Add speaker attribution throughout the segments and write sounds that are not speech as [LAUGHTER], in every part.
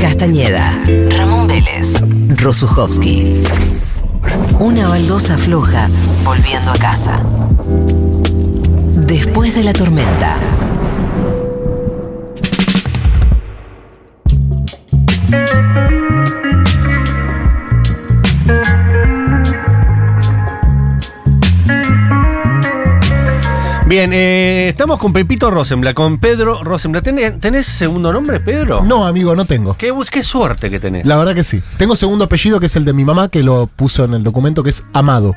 Speaker 1: Castañeda, Ramón Vélez, Rosuchowski. Una baldosa floja volviendo a casa. Después de la tormenta.
Speaker 2: Bien, eh, estamos con Pepito Rosenblatt, con Pedro Rosenblatt. ¿Tenés, tenés segundo nombre, Pedro?
Speaker 3: No, amigo, no tengo.
Speaker 2: Qué, bus- qué suerte que tenés.
Speaker 3: La verdad que sí. Tengo segundo apellido que es el de mi mamá, que lo puso en el documento, que es Amado.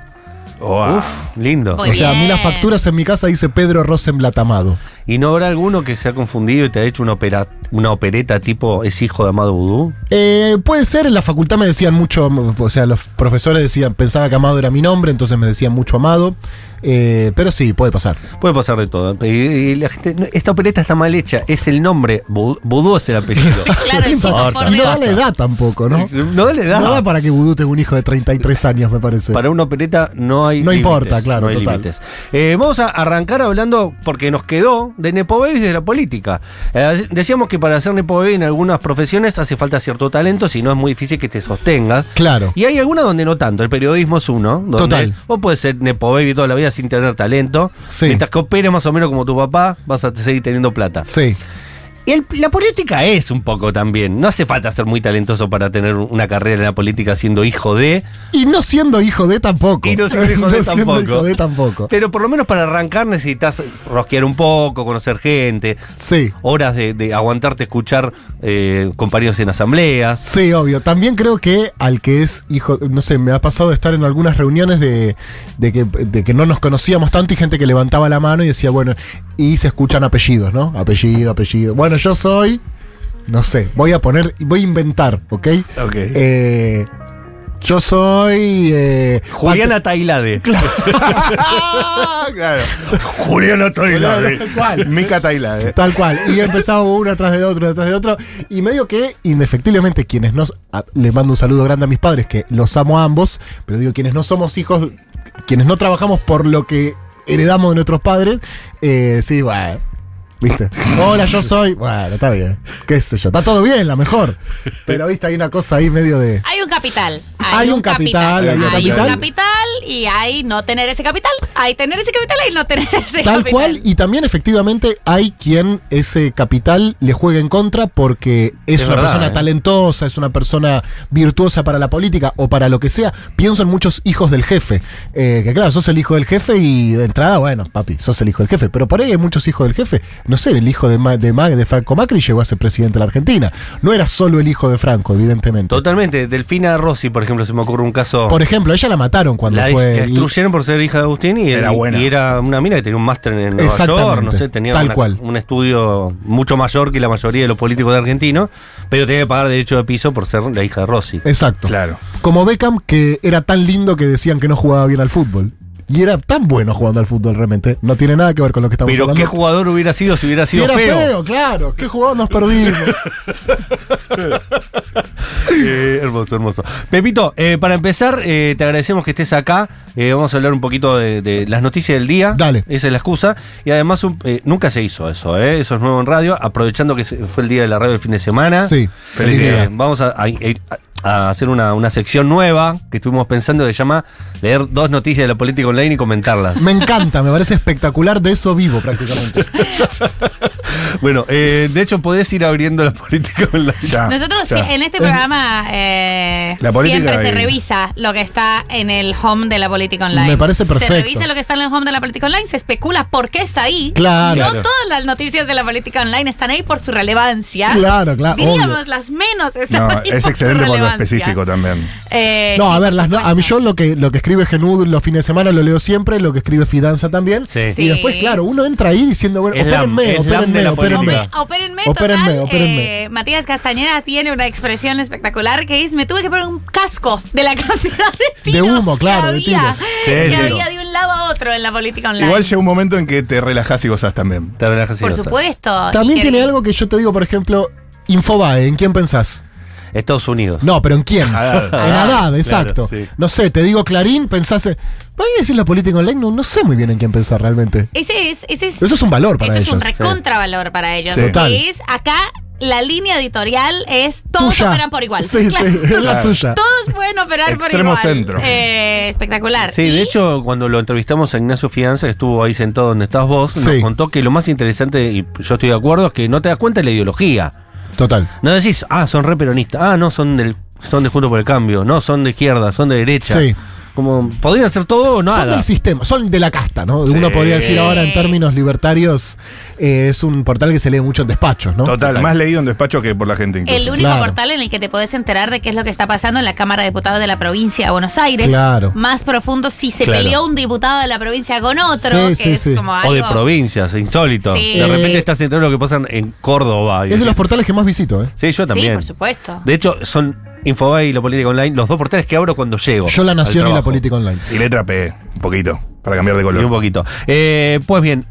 Speaker 2: Oh, Uf, lindo.
Speaker 4: Muy
Speaker 3: o sea, a mí
Speaker 4: bien.
Speaker 3: las facturas en mi casa dice Pedro Rosenblatt Amado.
Speaker 2: ¿Y no habrá alguno que se ha confundido y te ha hecho una, opera- una opereta tipo Es hijo de Amado Vudú?
Speaker 3: Eh, puede ser, en la facultad me decían mucho, m- o sea, los profesores decían, pensaba que Amado era mi nombre, entonces me decían mucho Amado. Eh, pero sí, puede pasar.
Speaker 2: Puede pasar de todo. Y, y la gente, no, esta opereta está mal hecha, es el nombre, Vudú Vudú es el apellido.
Speaker 4: Claro, el
Speaker 2: importa.
Speaker 4: sotoforme
Speaker 3: No da
Speaker 4: oso.
Speaker 3: la edad tampoco, [LAUGHS] ¿no?
Speaker 2: no le da.
Speaker 3: No da para que Vudú tenga un hijo de 33 años, me parece.
Speaker 2: Para una opereta no hay
Speaker 3: No importa,
Speaker 2: límites,
Speaker 3: claro,
Speaker 2: no hay
Speaker 3: total.
Speaker 2: límites. Eh, vamos a arrancar hablando, porque nos quedó, de Nepo Baby y de la política. Eh, decíamos que para hacer Nepo Baby en algunas profesiones hace falta cierto talento, si no es muy difícil que te sostengas.
Speaker 3: Claro.
Speaker 2: Y hay algunas donde no tanto, el periodismo es uno. Donde
Speaker 3: Total.
Speaker 2: Vos puedes ser Nepo Baby toda la vida sin tener talento.
Speaker 3: Sí.
Speaker 2: Mientras que operes más o menos como tu papá, vas a seguir teniendo plata.
Speaker 3: Sí.
Speaker 2: Y el- la política es un poco también. No hace falta ser muy talentoso para tener una carrera en la política siendo hijo de.
Speaker 3: Y no siendo hijo de tampoco.
Speaker 2: Y no siendo
Speaker 3: [LAUGHS]
Speaker 2: hijo de
Speaker 3: No siendo
Speaker 2: tampoco.
Speaker 3: hijo de tampoco.
Speaker 2: Pero por lo menos para arrancar necesitas rosquear un poco, conocer gente,
Speaker 3: Sí.
Speaker 2: horas de, de aguantarte escuchar eh, compañeros en asambleas.
Speaker 3: Sí, obvio. También creo que al que es hijo, no sé, me ha pasado de estar en algunas reuniones de, de que, de que no nos conocíamos tanto y gente que levantaba la mano y decía, bueno, y se escuchan apellidos, ¿no? Apellido, apellido. Bueno, yo soy, no sé, voy a poner, voy a inventar, ¿ok?
Speaker 2: Ok.
Speaker 3: Eh, yo soy... eh,
Speaker 2: Juliana Tailade. [LAUGHS]
Speaker 5: claro.
Speaker 2: Juliana
Speaker 3: Tal cual.
Speaker 5: Mica Taylade.
Speaker 3: Tal cual. Y empezaba uno atrás del otro, atrás del otro. Y medio que, indefectiblemente, quienes nos. a- Les mando un saludo grande a mis padres, que los amo a ambos. Pero digo, quienes no somos hijos. Quienes no trabajamos por lo que heredamos de nuestros padres. Eh, sí, bueno. ¿Viste? Hola, yo soy. Bueno, está bien. ¿Qué sé yo? Está todo bien, la mejor. Pero, viste, hay una cosa ahí medio de.
Speaker 4: Hay un capital.
Speaker 3: Hay un capital,
Speaker 4: Hay
Speaker 5: hay
Speaker 4: un
Speaker 5: un
Speaker 4: capital,
Speaker 5: capital.
Speaker 4: y hay no tener ese capital. Hay tener ese capital y no tener [LAUGHS] ese capital.
Speaker 3: Tal cual, y también efectivamente hay quien ese capital le juega en contra porque es,
Speaker 2: Es
Speaker 3: una
Speaker 2: verdad,
Speaker 3: persona
Speaker 2: ¿eh?
Speaker 3: talentosa, es una persona virtuosa para la política o para lo que sea. Pienso en muchos hijos del jefe, eh, que claro, sos el hijo del jefe y de entrada, bueno, papi, sos el hijo del jefe, pero por ahí hay muchos hijos del jefe. No sé, el hijo de, Ma- de, Ma- de Franco Macri llegó a ser presidente de la Argentina. No era solo el hijo de Franco, evidentemente.
Speaker 2: Totalmente. Delfina Rossi, por ejemplo, se me ocurre un caso.
Speaker 3: Por ejemplo, ella la mataron cuando
Speaker 2: la
Speaker 3: fue...
Speaker 2: dis- la destruyeron por ser hija de Agustín y y
Speaker 5: Era
Speaker 2: era,
Speaker 5: buena.
Speaker 2: una mina que tenía un máster en Nueva
Speaker 3: Exactamente.
Speaker 2: York, no sé, tenía
Speaker 3: Tal
Speaker 2: una-
Speaker 3: cual.
Speaker 2: un estudio mucho mayor que la mayoría de los políticos de argentinos, pero tenía que pagar derecho de piso por ser la hija de Rossi.
Speaker 3: Exacto.
Speaker 5: Claro.
Speaker 3: Como Beckham, que era tan lindo que decían que no jugaba bien al fútbol. Y era tan bueno jugando al fútbol realmente. No tiene nada que ver con lo que estamos
Speaker 2: Pero
Speaker 3: hablando.
Speaker 2: qué jugador hubiera sido si hubiera
Speaker 3: si
Speaker 2: sido
Speaker 3: era feo. claro. ¿Qué jugador nos perdimos?
Speaker 2: [LAUGHS] Eh, hermoso, hermoso. Pepito, eh, para empezar, eh, te agradecemos que estés acá. Eh, vamos a hablar un poquito de, de las noticias del día.
Speaker 3: Dale.
Speaker 2: Esa es la excusa. Y además, un- eh, nunca se hizo eso, ¿eh? Eso es nuevo en radio. Aprovechando que se- fue el día de la radio el fin de semana.
Speaker 3: Sí,
Speaker 2: Eh,
Speaker 3: feliz día.
Speaker 2: Vamos a, a- a hacer una, una sección nueva que estuvimos pensando que se llama Leer dos noticias de la política online y comentarlas.
Speaker 3: Me encanta, me parece espectacular. De eso vivo
Speaker 2: [LAUGHS]
Speaker 3: prácticamente.
Speaker 2: bueno, eh, de hecho, podés ir abriendo la [LAUGHS] política online.
Speaker 5: Ya.
Speaker 4: Nosotros
Speaker 5: ya.
Speaker 4: sí, en este programa eh,
Speaker 5: La política
Speaker 4: siempre se
Speaker 5: y-
Speaker 4: revisa lo que está en el home de la política online.
Speaker 3: Me parece perfecto.
Speaker 4: Se revisa lo que está en el home de la política online, se especula por qué está ahí.
Speaker 3: Claro.
Speaker 4: No
Speaker 3: Claro.
Speaker 4: todas las noticias de la política online están ahí por su relevancia.
Speaker 3: Claro, claro,
Speaker 4: Diríamos
Speaker 3: obvio.
Speaker 4: las menos. están
Speaker 5: No,
Speaker 4: ahí
Speaker 5: es
Speaker 4: por su
Speaker 5: excelente cuando es
Speaker 4: relevancia.
Speaker 5: específico también.
Speaker 4: Eh,
Speaker 3: No,
Speaker 4: sí,
Speaker 3: a ver,
Speaker 4: por
Speaker 3: las, no- a mí yo lo que, lo que escribe Genud los fines de semana lo leo siempre, lo que escribe Fidanza también.
Speaker 2: Sí.
Speaker 3: Y después,
Speaker 4: Sí.
Speaker 3: claro, uno entra ahí diciendo, bueno,
Speaker 2: Es la-
Speaker 3: opérenme,
Speaker 2: es la de
Speaker 3: opérenme,
Speaker 2: la
Speaker 3: opérenme.
Speaker 2: política.
Speaker 4: Opérenme,
Speaker 3: Opérenme,
Speaker 4: total.
Speaker 3: opérenme.
Speaker 4: eh, Matías Castañeda tiene una expresión espectacular que es: Me tuve que poner un casco de la [LAUGHS] cantidad de tiros
Speaker 3: De humo,
Speaker 4: que
Speaker 3: claro, de
Speaker 4: había,
Speaker 3: tiros.
Speaker 4: que
Speaker 2: Sí, sí.
Speaker 4: había de un lado a otro en la política online.
Speaker 5: Igual llega un momento en que te relajás y gozás también.
Speaker 2: Te relajas y
Speaker 4: Por
Speaker 2: gozas.
Speaker 4: supuesto.
Speaker 3: También
Speaker 4: Oh, Y que-
Speaker 3: tiene algo que yo te digo, por ejemplo, Infobae, ¿en quién pensás?
Speaker 2: Estados Unidos.
Speaker 3: No, pero ¿en quién?
Speaker 5: Haddad.
Speaker 3: En Haddad, exacto.
Speaker 2: Ah, Claro, sí.
Speaker 3: No sé, te digo Clarín, pensás. eh, en- Para mí decir la política online, no, no sé muy bien en quién pensar realmente.
Speaker 4: Ese es. Ese es
Speaker 3: Eso es un valor para
Speaker 4: eso es
Speaker 3: ellos.
Speaker 4: un recontravalor para ellos.
Speaker 5: Sí.
Speaker 4: que
Speaker 3: Total.
Speaker 4: es acá la línea editorial es todos
Speaker 3: Tuya.
Speaker 4: operan por igual.
Speaker 3: Sí,
Speaker 4: Claro.
Speaker 3: sí, es la tuya.
Speaker 4: [LAUGHS] Todos pueden operar por
Speaker 5: Extremo
Speaker 4: igual.
Speaker 5: centro.
Speaker 4: Eh, espectacular.
Speaker 2: Sí,
Speaker 4: Y-
Speaker 2: de hecho, cuando lo entrevistamos a Ignacio Fianza, que estuvo ahí sentado donde estás vos, nos
Speaker 3: Sí.
Speaker 2: contó que lo más interesante, y yo estoy de acuerdo, es que no te das cuenta de la ideología.
Speaker 3: Total.
Speaker 2: No decís, ah, son re peronistas, ah, no, son del son de Junto por el Cambio, no, son de izquierda, son de derecha.
Speaker 3: Sí.
Speaker 2: Como, podrían ser todo o
Speaker 3: Son
Speaker 2: nada.
Speaker 3: del sistema, son de la casta, ¿no? Uno
Speaker 5: Sí.
Speaker 3: podría decir ahora en términos libertarios, eh, es un portal que se lee mucho en despachos, ¿no?
Speaker 5: Total, más leído en despacho que por la gente incluso.
Speaker 4: El único
Speaker 3: Claro.
Speaker 4: portal en el que te podés enterar de qué es lo que está pasando en la Cámara de Diputados de la provincia de Buenos Aires.
Speaker 3: Claro.
Speaker 4: Más profundo, si se
Speaker 2: Claro.
Speaker 4: peleó un diputado de la provincia con otro,
Speaker 3: Sí,
Speaker 4: que
Speaker 3: sí,
Speaker 4: es
Speaker 3: sí.
Speaker 4: como algo.
Speaker 2: o de provincias, insólito.
Speaker 4: Sí.
Speaker 2: De repente
Speaker 3: Eh,
Speaker 2: estás enterado de lo que pasa en Córdoba. y
Speaker 3: Es de
Speaker 2: decís,
Speaker 3: los portales que más visito, ¿eh?
Speaker 2: sí, yo
Speaker 4: Sí,
Speaker 2: también.
Speaker 4: por supuesto.
Speaker 2: de hecho, son Infobay y La Política Online, los dos portales que abro cuando llego.
Speaker 3: Yo la
Speaker 2: al
Speaker 3: nación y la
Speaker 2: trabajo.
Speaker 3: política online.
Speaker 5: Y letra P, un poquito, para cambiar de
Speaker 2: Y un
Speaker 5: color.
Speaker 2: poquito. Eh, pues bien,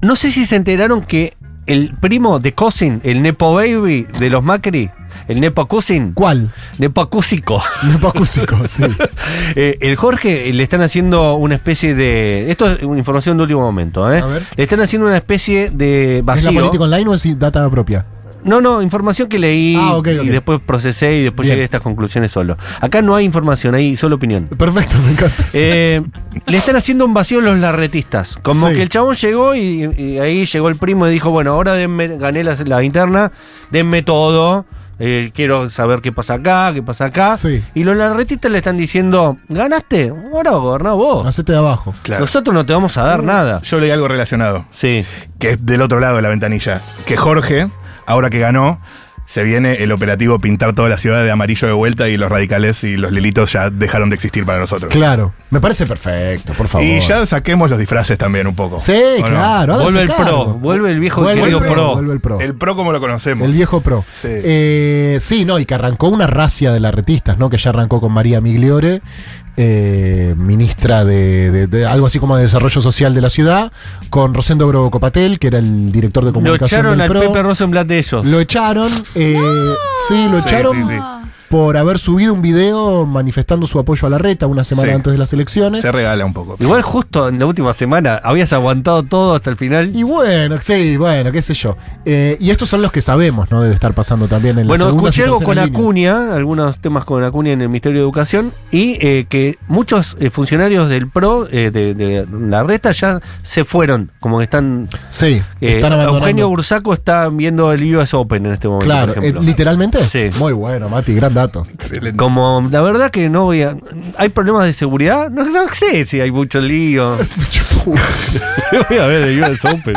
Speaker 2: no sé si se enteraron que el primo de Cousin, el Nepo Baby de los Macri, el Nepo Cousin,
Speaker 3: ¿Cuál?
Speaker 2: Nepo Cusico. [LAUGHS]
Speaker 3: Nepacúsico, sí.
Speaker 2: Eh, el Jorge eh, le están haciendo una especie de. Esto es una información de último momento, ¿eh?
Speaker 3: A ver.
Speaker 2: Le están haciendo una especie de
Speaker 3: ¿Es la
Speaker 2: vacío.
Speaker 3: política online o es data propia?
Speaker 2: No, no, información que leí
Speaker 3: Ah, ok, ok.
Speaker 2: y después procesé y después
Speaker 3: Bien.
Speaker 2: llegué a estas conclusiones solo. Acá no hay información, hay solo opinión.
Speaker 3: Perfecto, me encanta.
Speaker 2: Eh, le están haciendo un vacío los larretistas. Como
Speaker 3: Sí.
Speaker 2: que el chabón llegó y, y ahí llegó el primo y dijo, bueno, ahora denme, gané la, la interna, denme todo. eh, quiero saber qué pasa acá, qué pasa acá.
Speaker 3: Sí.
Speaker 2: Y los larretistas le están diciendo, ganaste, ahora gobernás vos.
Speaker 3: Hacete de abajo.
Speaker 5: Claro.
Speaker 2: Nosotros no te vamos a dar nada.
Speaker 5: Yo leí algo relacionado,
Speaker 2: Sí.
Speaker 5: que es del otro lado de la ventanilla. Que Jorge, ahora que ganó, se viene el operativo pintar toda la ciudad de amarillo de vuelta y los radicales y los lilitos ya dejaron de existir para nosotros.
Speaker 3: Claro. Me parece perfecto, por favor.
Speaker 5: Y ya saquemos los disfraces también un poco.
Speaker 3: Sí,
Speaker 5: ¿o no?
Speaker 3: claro. háganse
Speaker 2: Vuelve el
Speaker 3: cargo.
Speaker 2: pro, vuelve el viejo
Speaker 3: Vuelve
Speaker 2: querido
Speaker 3: el
Speaker 2: pro.
Speaker 3: Vuelve el pro.
Speaker 5: El pro como lo conocemos.
Speaker 3: El viejo pro.
Speaker 5: Sí.
Speaker 3: Eh, sí, no, y que arrancó una racia de larretistas, ¿no? Que ya arrancó con María Migliore, eh, ministra de, de- de algo así como de Desarrollo Social de la ciudad, con Rosendo Grobo Copatel, que era el director de
Speaker 2: Lo
Speaker 3: comunicación
Speaker 2: echaron
Speaker 3: del
Speaker 2: al
Speaker 3: PRO.
Speaker 2: Pepe Rosenblatt de ellos.
Speaker 3: Lo echaron, eh, sí, lo
Speaker 5: Sí,
Speaker 3: echaron
Speaker 5: sí, sí.
Speaker 4: Ah.
Speaker 3: por haber subido un video manifestando su apoyo a la reta una semana
Speaker 5: Sí.
Speaker 3: antes de las elecciones.
Speaker 5: Se regala un poco.
Speaker 2: Igual justo en la última semana habías aguantado todo hasta el final.
Speaker 3: Y bueno, sí, bueno, qué sé yo. Eh, y estos son los que sabemos, ¿no? Debe estar pasando también en la
Speaker 2: Bueno,
Speaker 3: segunda
Speaker 2: escuché algo con
Speaker 3: Acuña
Speaker 2: Acuña, algunos temas con Acuña en el Ministerio de Educación, y eh, que muchos eh, funcionarios del PRO, eh, de, de la resta, ya se fueron, como que están...
Speaker 3: Sí,
Speaker 2: eh,
Speaker 3: están abandonando.
Speaker 2: Eugenio Bursaco está viendo el US Open en este momento,
Speaker 3: Claro,
Speaker 2: por
Speaker 3: eh,
Speaker 2: ejemplo.
Speaker 3: literalmente.
Speaker 2: Sí.
Speaker 3: Muy bueno, Mati, gran dato.
Speaker 5: Excelente.
Speaker 2: como la verdad que no voy a... ¿Hay problemas de seguridad? No, no sé si hay mucho lío. voy a ver el US
Speaker 3: [LAUGHS]
Speaker 2: Open.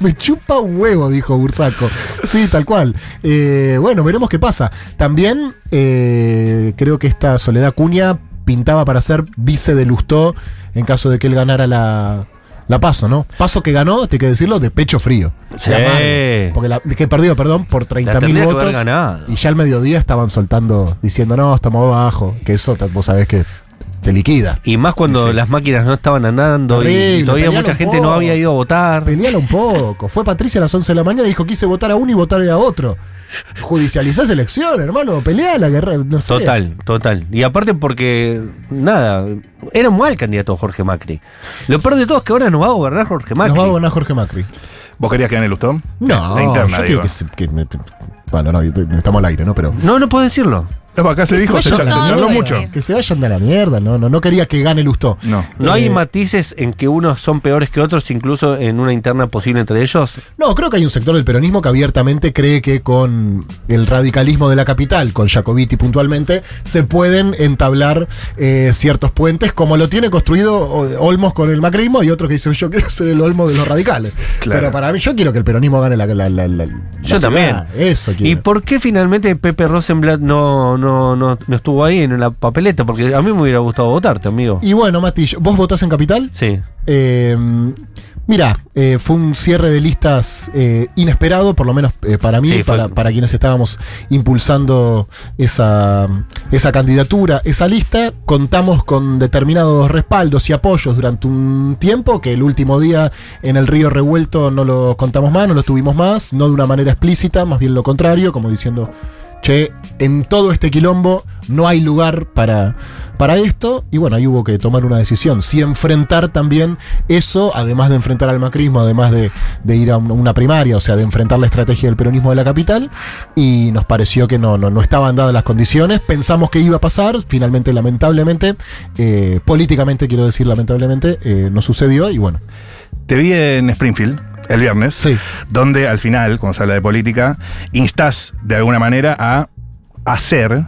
Speaker 3: Me chupa un huevo, dijo Bursaco. Sí, tal cual. Eh, bueno, veremos qué pasa. También eh, creo que esta Soledad Cuña pintaba para ser vice de Lustó en caso de que él ganara la, la paso, ¿no? Paso que ganó, te que decirlo, de pecho frío.
Speaker 2: Sí.
Speaker 3: De amargo. porque la, que perdió, perdón, por 30 mil
Speaker 2: tendría que haber
Speaker 3: votos.
Speaker 2: ganado.
Speaker 3: Y ya al mediodía estaban soltando, diciendo, no, estamos abajo. Que eso, t- vos sabés que te liquida.
Speaker 2: Y más cuando las máquinas no estaban andando y
Speaker 3: Horrible,
Speaker 2: todavía
Speaker 3: pelearon
Speaker 2: mucha gente
Speaker 3: por-
Speaker 2: no había ido a votar.
Speaker 3: Peleala un poco. Fue Patricia a las 11 de la mañana y dijo quise votar a uno y votar a otro. Judicializás elección, hermano. Peleala, guerra. No sé.
Speaker 2: Total, total. Y aparte porque, nada, era un mal candidato Jorge Macri. Lo peor de todo es que ahora nos va a gobernar Jorge Macri.
Speaker 3: Nos va a gobernar Jorge Macri.
Speaker 5: ¿Vos querías que gane Lustón?
Speaker 3: No,
Speaker 5: La interna,
Speaker 3: yo creo
Speaker 5: digo.
Speaker 3: que, se- que me- Bueno, no, estamos al aire, ¿no? Pero.
Speaker 2: No, no puedo decirlo.
Speaker 5: No, acá se dijo, se
Speaker 3: vayan
Speaker 5: echaron-
Speaker 3: a la
Speaker 5: se charló
Speaker 4: mierda.
Speaker 5: mucho.
Speaker 3: Que se vayan de la mierda, no, no, no quería que gane Lustó.
Speaker 5: No.
Speaker 2: ¿No
Speaker 3: Eh,
Speaker 2: hay matices en que unos son peores que otros, incluso en una interna posible entre ellos?
Speaker 3: No, creo que hay un sector del peronismo que abiertamente cree que con el radicalismo de la capital, con Jacobiti puntualmente, se pueden entablar eh, ciertos puentes, como lo tiene construido o- Olmos con el macrismo y otro que dice yo quiero ser el Olmo de los radicales.
Speaker 5: Claro.
Speaker 3: Pero para mí yo quiero que el peronismo gane la... la- la- la- la
Speaker 2: Yo
Speaker 3: ciudad.
Speaker 2: también.
Speaker 3: Eso
Speaker 2: ¿Y
Speaker 3: quiero.
Speaker 2: por qué finalmente Pepe Rosenblatt no, no, no, no estuvo ahí en la papeleta? Porque a mí me hubiera gustado votarte, amigo.
Speaker 3: Y, bueno, Mati, ¿vos votás en Capital?
Speaker 2: Sí.
Speaker 3: Eh, mira, eh, fue un cierre de listas eh, inesperado, por lo menos eh, para mí,
Speaker 2: Sí, fue-
Speaker 3: para, para quienes estábamos impulsando esa, esa candidatura, esa lista. Contamos con determinados respaldos y apoyos durante un tiempo que el último día en el Río Revuelto no lo contamos más, no lo tuvimos más, no de una manera explícita, más bien lo contrario, como diciendo che, en todo este quilombo no hay lugar para, para esto. Y bueno, ahí hubo que tomar una decisión. Si enfrentar también eso, además de enfrentar al macrismo, además de, de ir a un- una primaria, o sea, de enfrentar la estrategia del peronismo de la capital. Y nos pareció que no, no, no estaban dadas las condiciones. Pensamos que iba a pasar. Finalmente, lamentablemente, eh, políticamente, quiero decir lamentablemente, eh, no sucedió. Y bueno,
Speaker 5: Te vi en Springfield el viernes,
Speaker 3: Sí.
Speaker 5: donde al final, cuando se habla de política, instaz de alguna manera a hacer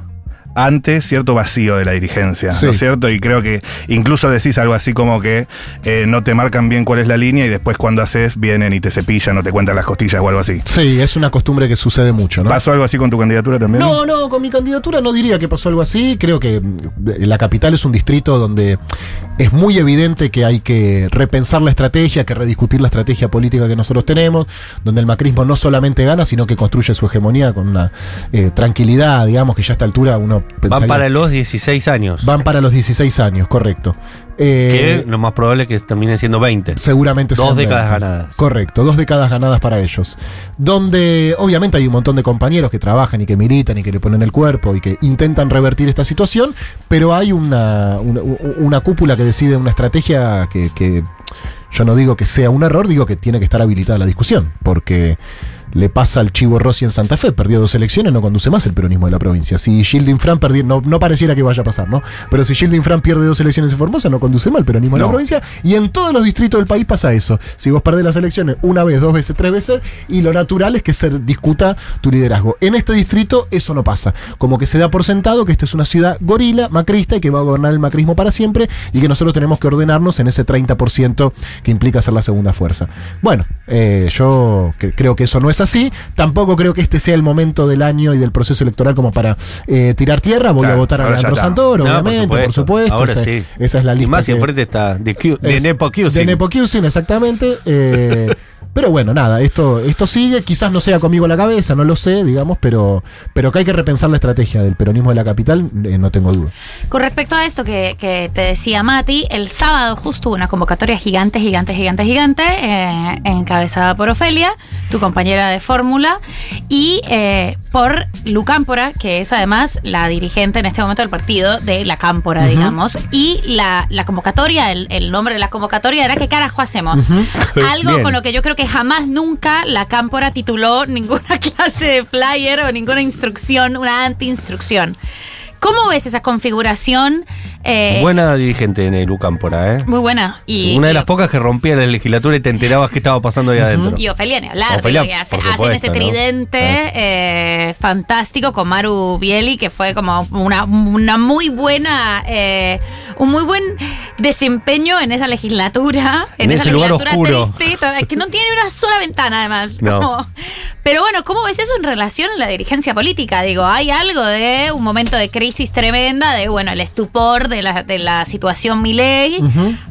Speaker 5: ante cierto vacío de la dirigencia,
Speaker 3: Sí.
Speaker 5: ¿no es cierto? Y creo que incluso decís algo así como que eh, no te marcan bien cuál es la línea y después cuando haces vienen y te cepillan o te cuentan las costillas o algo así.
Speaker 3: sí, es una costumbre que sucede mucho, ¿no?
Speaker 5: ¿Pasó algo así con tu candidatura también?
Speaker 3: No, no, con mi candidatura no diría que pasó algo así. Creo que mm, la capital es un distrito donde es muy evidente que hay que repensar la estrategia, que rediscutir la estrategia política que nosotros tenemos, donde el macrismo no solamente gana, sino que construye su hegemonía con una eh, tranquilidad, digamos que ya a esta altura uno
Speaker 2: Van
Speaker 3: pensaría-
Speaker 2: para los 16 años.
Speaker 3: van para los 16 años, correcto.
Speaker 2: que
Speaker 3: Eh,
Speaker 2: lo más probable es que terminen siendo 20.
Speaker 3: Seguramente
Speaker 2: Dos
Speaker 3: sean
Speaker 2: décadas
Speaker 3: 20.
Speaker 2: ganadas.
Speaker 3: Correcto, dos décadas ganadas para ellos. Donde obviamente hay un montón de compañeros que trabajan y que militan y que le ponen el cuerpo y que intentan revertir esta situación, pero hay una, una, una cúpula que decide una estrategia que, que yo no digo que sea un error, digo que tiene que estar habilitada la discusión, porque le pasa al Chivo Rossi en Santa Fe, perdió dos elecciones, no conduce más el peronismo de la provincia. Si Gildin Fran perdió, no, no pareciera que vaya a pasar, ¿no? Pero si Gildin Fran pierde dos elecciones en Formosa, no conduce mal el peronismo de la
Speaker 5: No.
Speaker 3: provincia. Y en todos los distritos del país pasa eso. Si vos perdés las elecciones una vez, dos veces, tres veces, y lo natural es que se discuta tu liderazgo. En este distrito eso no pasa. Como que se da por sentado que esta es una ciudad gorila, macrista, y que va a gobernar el macrismo para siempre, y que nosotros tenemos que ordenarnos en ese 30% que implica ser la segunda fuerza. Bueno, eh, yo cre- creo que eso no es así. Tampoco creo que este sea el momento del año y del proceso electoral como para eh, tirar tierra. Voy
Speaker 5: Claro,
Speaker 3: a votar a
Speaker 5: ahora ya
Speaker 3: Leandro
Speaker 5: está.
Speaker 3: Santoro,
Speaker 2: No,
Speaker 3: obviamente, por supuesto.
Speaker 2: Ahora
Speaker 3: Esa-
Speaker 2: sí.
Speaker 3: Esa es la lista.
Speaker 2: Y más
Speaker 3: que-
Speaker 2: enfrente está de, Q, de
Speaker 3: es-
Speaker 2: Nepo Cusin.
Speaker 3: De Nepo Cusin, exactamente. [LAUGHS] eh, pero bueno, nada, esto, esto sigue. Quizás no sea conmigo a la cabeza, no lo sé, digamos, pero, pero que hay que repensar la estrategia del peronismo de la capital, eh, no tengo duda.
Speaker 4: Con respecto a esto que, que te decía Mati, el sábado justo hubo una convocatoria gigante, gigante, gigante, gigante, eh, encabezada por Ofelia, tu compañera de fórmula, y eh, por Lu Cámpora, que es además la dirigente en este momento del partido de la Cámpora, digamos. Y la, la convocatoria, el, el nombre de la convocatoria era ¿Qué carajo hacemos? Algo
Speaker 2: Bien.
Speaker 4: con lo que yo creo que jamás nunca la Cámpora tituló ninguna [LAUGHS] clase de flyer o ninguna instrucción, una anti-instrucción. ¿Cómo ves esa configuración? Eh,
Speaker 2: Buena dirigente en el Cámpora, ¿eh?
Speaker 4: Muy buena. Y,
Speaker 2: Una de
Speaker 4: y-
Speaker 2: las pocas que rompía la legislatura y te enterabas qué estaba pasando ahí adentro.
Speaker 4: Y Ofelia, ni hablar.
Speaker 2: Ofelia,
Speaker 4: digo, que hace-
Speaker 2: por
Speaker 4: hacen
Speaker 2: supuesto,
Speaker 4: ese
Speaker 2: ¿no? Ah.
Speaker 4: tridente eh, fantástico con Maru Bieli, que fue como una, una muy buena. eh, un muy buen desempeño en esa legislatura. En,
Speaker 2: En
Speaker 4: esa
Speaker 2: ese lugar
Speaker 4: legislatura
Speaker 2: oscuro.
Speaker 4: triste, toda- que no tiene una sola ventana, además.
Speaker 2: No.
Speaker 4: Como- pero bueno, ¿cómo ves eso en relación a la dirigencia política? Digo, hay algo de un momento de crisis tremenda, de bueno, el estupor de la, de la situación Milei.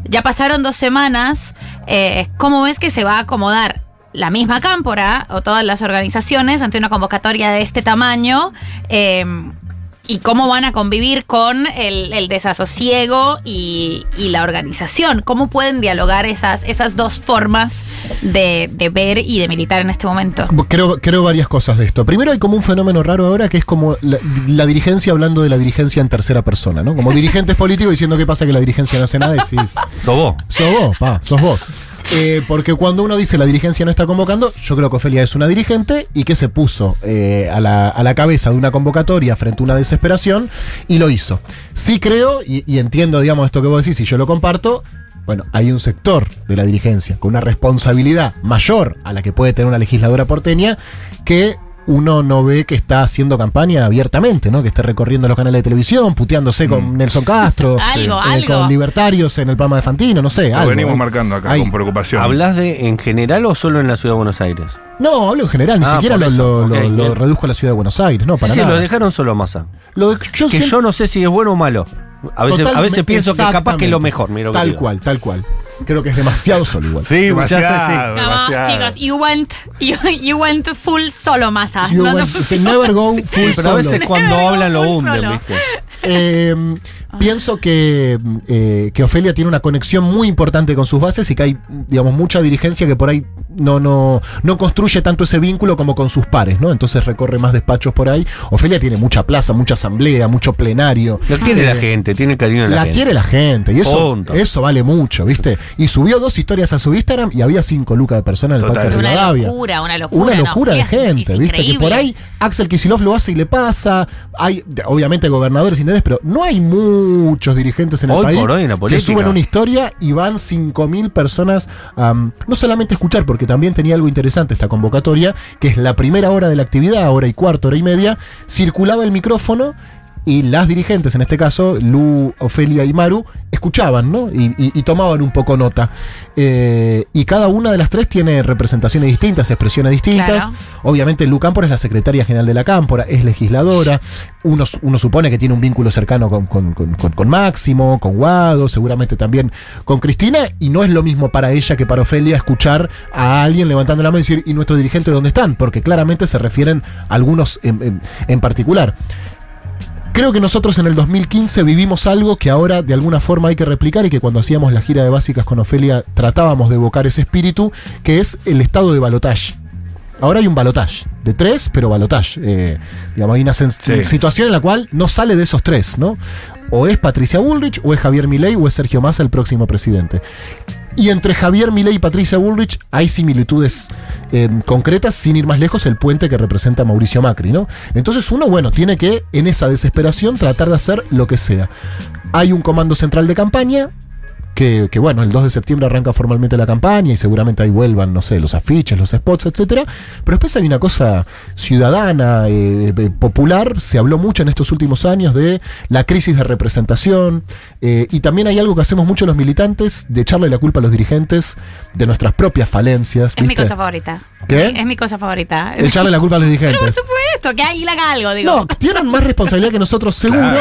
Speaker 4: Ya pasaron dos semanas. eh, ¿Cómo ves que se va a acomodar la misma cámpora o todas las organizaciones ante una convocatoria de este tamaño? Eh, ¿Y cómo van a convivir con el, el desasosiego y, y la organización? ¿Cómo pueden dialogar esas, esas dos formas de, de ver y de militar en este momento?
Speaker 3: Creo, creo varias cosas de esto. Primero hay como un fenómeno raro ahora que es como la, la dirigencia hablando de la dirigencia en tercera persona, ¿no? [LAUGHS] Como dirigentes políticos diciendo qué pasa que la dirigencia no hace nada, decís,
Speaker 2: Sobó.
Speaker 3: sos vos, pa, sos vos. Eh, porque cuando uno dice la dirigencia no está convocando, yo creo que Ofelia es una dirigente y que se puso eh, a, la, a la cabeza de una convocatoria frente a una desesperación y lo hizo. Sí creo, y, y entiendo, digamos, esto que vos decís, y yo lo comparto. Bueno, hay un sector de la dirigencia con una responsabilidad mayor a la que puede tener una legisladora porteña que uno no ve que está haciendo campaña abiertamente, ¿no? Que esté recorriendo los canales de televisión, puteándose con Nelson Castro,
Speaker 4: [LAUGHS] Algo,
Speaker 3: eh,
Speaker 4: algo.
Speaker 3: con libertarios en el programa de Fantino, no sé.
Speaker 5: Lo
Speaker 3: algo,
Speaker 5: venimos
Speaker 3: ¿eh?
Speaker 5: marcando acá
Speaker 3: Ahí.
Speaker 5: con preocupación.
Speaker 2: ¿Hablas de en general o solo en la ciudad de Buenos Aires?
Speaker 3: No, hablo en general, ni
Speaker 2: Ah,
Speaker 3: siquiera
Speaker 2: por
Speaker 3: lo,
Speaker 2: eso,
Speaker 3: lo-
Speaker 2: ok,
Speaker 3: lo- lo
Speaker 2: bien.
Speaker 3: reduzco a la ciudad de Buenos Aires, no, para
Speaker 2: sí, sí,
Speaker 3: nada.
Speaker 2: lo dejaron solo a Massa.
Speaker 3: Lo de- yo
Speaker 2: Que
Speaker 3: siento-
Speaker 2: yo no sé si es bueno o malo. A veces, a veces
Speaker 3: Totalme-
Speaker 2: pienso que capaz que es lo mejor. mira lo que
Speaker 3: Tal
Speaker 2: digo.
Speaker 3: cual, tal cual. Creo que es demasiado solo igual.
Speaker 5: Sí, demasiado,
Speaker 2: Ya sé, sí.
Speaker 4: No, chicos, you went, you, you went full solo masa.
Speaker 3: You
Speaker 4: No, no
Speaker 3: went-
Speaker 4: full
Speaker 3: se never go
Speaker 4: Sí.
Speaker 3: full
Speaker 2: Pero a veces
Speaker 3: solo.
Speaker 2: cuando
Speaker 4: Solo.
Speaker 2: hablan lo
Speaker 4: Solo.
Speaker 2: hunden, ¿viste?
Speaker 3: Eh, pienso que, eh, que Ofelia tiene una conexión muy importante con sus bases y que hay, digamos, mucha dirigencia que por ahí no, no, no construye tanto ese vínculo como con sus pares, ¿no? Entonces recorre más despachos por ahí. Ofelia tiene mucha plaza, mucha asamblea, mucho plenario.
Speaker 2: Lo quiere la
Speaker 3: Eh,
Speaker 2: gente, tiene el cariño de la,
Speaker 3: La
Speaker 2: gente.
Speaker 3: quiere la gente y eso,
Speaker 2: Punto.
Speaker 3: eso vale mucho, ¿viste? Y subió dos historias a su Instagram y había cinco lucas de personas en el
Speaker 5: Total.
Speaker 3: parque de
Speaker 4: [LAUGHS] Una
Speaker 3: Rivadavia.
Speaker 4: locura, una locura.
Speaker 3: Una
Speaker 4: ¿no?
Speaker 3: locura de
Speaker 4: Es- es
Speaker 3: gente, ¿viste? Que por
Speaker 4: increíble.
Speaker 3: ahí Axel Kisilov lo hace y le pasa. Hay, de- obviamente, gobernadores, intendentes, pero no hay muchos dirigentes en el
Speaker 2: Hoy
Speaker 3: país
Speaker 2: por hoy en la
Speaker 3: que
Speaker 2: política.
Speaker 3: suben una historia y van 5.000 personas a mm, no solamente a escuchar, porque también tenía algo interesante esta convocatoria, que es la primera hora de la actividad, hora y cuarto, hora y media, circulaba el micrófono. Y las dirigentes, en este caso, Lu, Ofelia y Maru, escuchaban, ¿no? Y, y- y tomaban un poco nota. Eh, y cada una de las tres tiene representaciones distintas, expresiones distintas.
Speaker 4: Claro.
Speaker 3: Obviamente Lu Cámpora es la secretaria general de la Cámpora, es legisladora. Uno, su- uno supone que tiene un vínculo cercano con, con- con- con- con Máximo, con Guado, seguramente también con Cristina. Y no es lo mismo para ella que para Ofelia escuchar a alguien levantando la mano y decir, ¿y nuestros dirigentes dónde están? Porque claramente se refieren a algunos en- en- en particular. Creo que nosotros en el 2015 vivimos algo que ahora de alguna forma hay que replicar y que cuando hacíamos la gira de básicas con Ofelia tratábamos de evocar ese espíritu, que es el estado de balotaje. Ahora hay un balotaje de tres, pero balotaje. Eh, digamos, hay una sen-
Speaker 5: Sí.
Speaker 3: situación en la cual no sale de esos tres, ¿no? O es Patricia Bullrich, o es Javier Milei, o es Sergio Massa el próximo presidente. Y entre Javier Milei y Patricia Bullrich hay similitudes eh, concretas, sin ir más lejos, el puente que representa Mauricio Macri, ¿no? Entonces uno, bueno, tiene que, en esa desesperación, tratar de hacer lo que sea. Hay un comando central de campaña. Que, que, bueno, el 2 de septiembre arranca formalmente la campaña y seguramente ahí vuelvan, no sé, los afiches, los spots, etcétera. Pero después hay una cosa ciudadana, eh, eh, popular, se habló mucho en estos últimos años de la crisis de representación eh, y también hay algo que hacemos mucho los militantes, de echarle la culpa a los dirigentes de nuestras propias falencias.
Speaker 4: Es mi
Speaker 3: ¿viste?
Speaker 4: cosa favorita.
Speaker 3: ¿Qué?
Speaker 4: Es mi cosa favorita. [LAUGHS]
Speaker 3: Echarle la culpa a los dirigentes.
Speaker 4: Por supuesto, que alguien haga algo, digo.
Speaker 3: No, tienen más responsabilidad que nosotros, seguro.
Speaker 5: Claro.